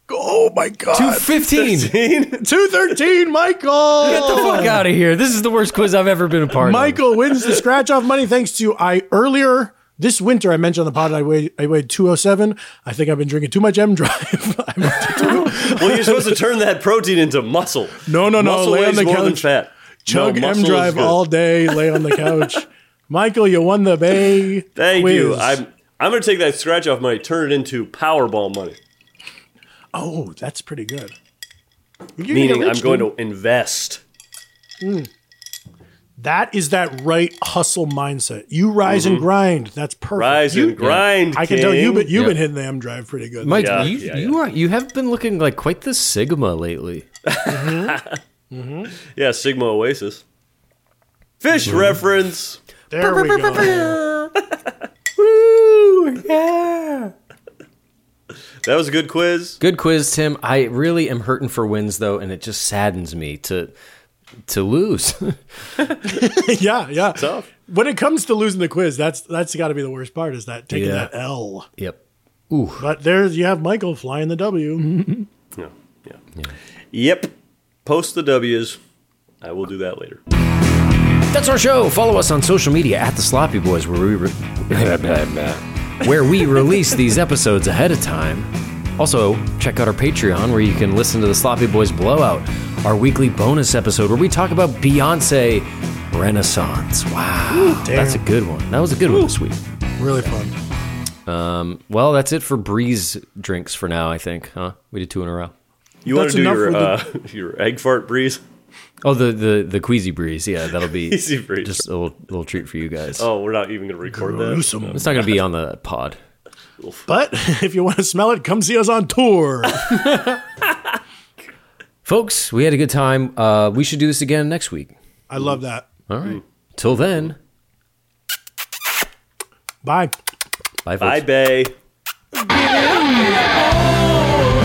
[SPEAKER 3] Oh my
[SPEAKER 2] uh,
[SPEAKER 3] god.
[SPEAKER 1] Two fifteen. Get
[SPEAKER 3] 213, Michael.
[SPEAKER 1] the fuck out of here. This is the worst quiz I've ever been a part of.
[SPEAKER 3] Michael wins the scratch off money thanks to I earlier this winter I mentioned on the pod I weighed I weighed 207. I think I've been drinking too much M Drive. I'm up to two.
[SPEAKER 2] Well, you're supposed to turn that protein into muscle.
[SPEAKER 3] No, no, no,
[SPEAKER 2] Muscle
[SPEAKER 3] lay on
[SPEAKER 2] weighs
[SPEAKER 3] the
[SPEAKER 2] more than
[SPEAKER 3] couch.
[SPEAKER 2] fat.
[SPEAKER 3] Chug
[SPEAKER 2] No, muscle
[SPEAKER 3] M
[SPEAKER 2] is
[SPEAKER 3] Drive
[SPEAKER 2] good.
[SPEAKER 3] all day, lay on the couch. Michael, you won the Bay.
[SPEAKER 2] Thank
[SPEAKER 3] quiz.
[SPEAKER 2] you. I'm I'm gonna take that scratch off money, turn it into Powerball money.
[SPEAKER 3] oh, that's pretty good. You're gonna
[SPEAKER 2] Meaning
[SPEAKER 3] get
[SPEAKER 2] I'm
[SPEAKER 3] rich,
[SPEAKER 2] going
[SPEAKER 3] dude.
[SPEAKER 2] to invest.
[SPEAKER 3] That is that right hustle mindset. You rise and grind. That's perfect.
[SPEAKER 2] Mm-hmm. Rise
[SPEAKER 3] You-
[SPEAKER 2] and grind.
[SPEAKER 3] I can tell you, but
[SPEAKER 2] king.
[SPEAKER 3] you've
[SPEAKER 1] Yeah.
[SPEAKER 3] been hitting the M Drive pretty good.
[SPEAKER 1] Mike,
[SPEAKER 2] Yeah,
[SPEAKER 1] you,
[SPEAKER 2] yeah,
[SPEAKER 1] you are you have been looking like quite the sigma lately.
[SPEAKER 2] Yeah, Sigma Oasis.
[SPEAKER 3] Mm-hmm.
[SPEAKER 2] Fish reference.
[SPEAKER 3] there we go.
[SPEAKER 1] Woo! Yeah.
[SPEAKER 2] That was a good quiz.
[SPEAKER 1] Good quiz, Tim. I really am hurting for wins though, and it just saddens me to to lose.
[SPEAKER 3] yeah, yeah.
[SPEAKER 2] Tough.
[SPEAKER 3] when it comes to losing the quiz, that's that's got to be the worst part is that taking
[SPEAKER 1] Yeah.
[SPEAKER 3] that L.
[SPEAKER 1] yep.
[SPEAKER 3] But there you have Michael flying the W.
[SPEAKER 2] No. Yeah. Yep. Post the W's. I will do that later.
[SPEAKER 1] That's our show. Follow us on social media at the Sloppy Boys, where we re- where we release these episodes ahead of time. Also, check out our Patreon, where you can listen to the Sloppy Boys Blowout, our weekly bonus episode where we talk about Beyonce Renaissance. Wow, that's a good one. That was a good one this week.
[SPEAKER 3] Really fun.
[SPEAKER 1] Well, that's it for breeze drinks for now. I think, huh? We did two in a row.
[SPEAKER 2] You want
[SPEAKER 3] That's
[SPEAKER 2] to do
[SPEAKER 3] enough
[SPEAKER 2] your uh,
[SPEAKER 3] for
[SPEAKER 2] your egg fart breeze?
[SPEAKER 1] Oh, the the the queasy breeze. Yeah, that'll be
[SPEAKER 2] Queasy breeze.
[SPEAKER 1] Just a little, little treat for you guys.
[SPEAKER 2] Oh, we're not even gonna record that.
[SPEAKER 3] Gruesome.
[SPEAKER 1] It's not gonna be on the pod.
[SPEAKER 3] But if you want to smell it, come see us on tour.
[SPEAKER 1] Folks, we had a good time. Uh, we should do this again next week.
[SPEAKER 3] I love that.
[SPEAKER 1] All right. Till then,
[SPEAKER 3] Bye.
[SPEAKER 1] bye, folks.
[SPEAKER 2] Bye, Bay.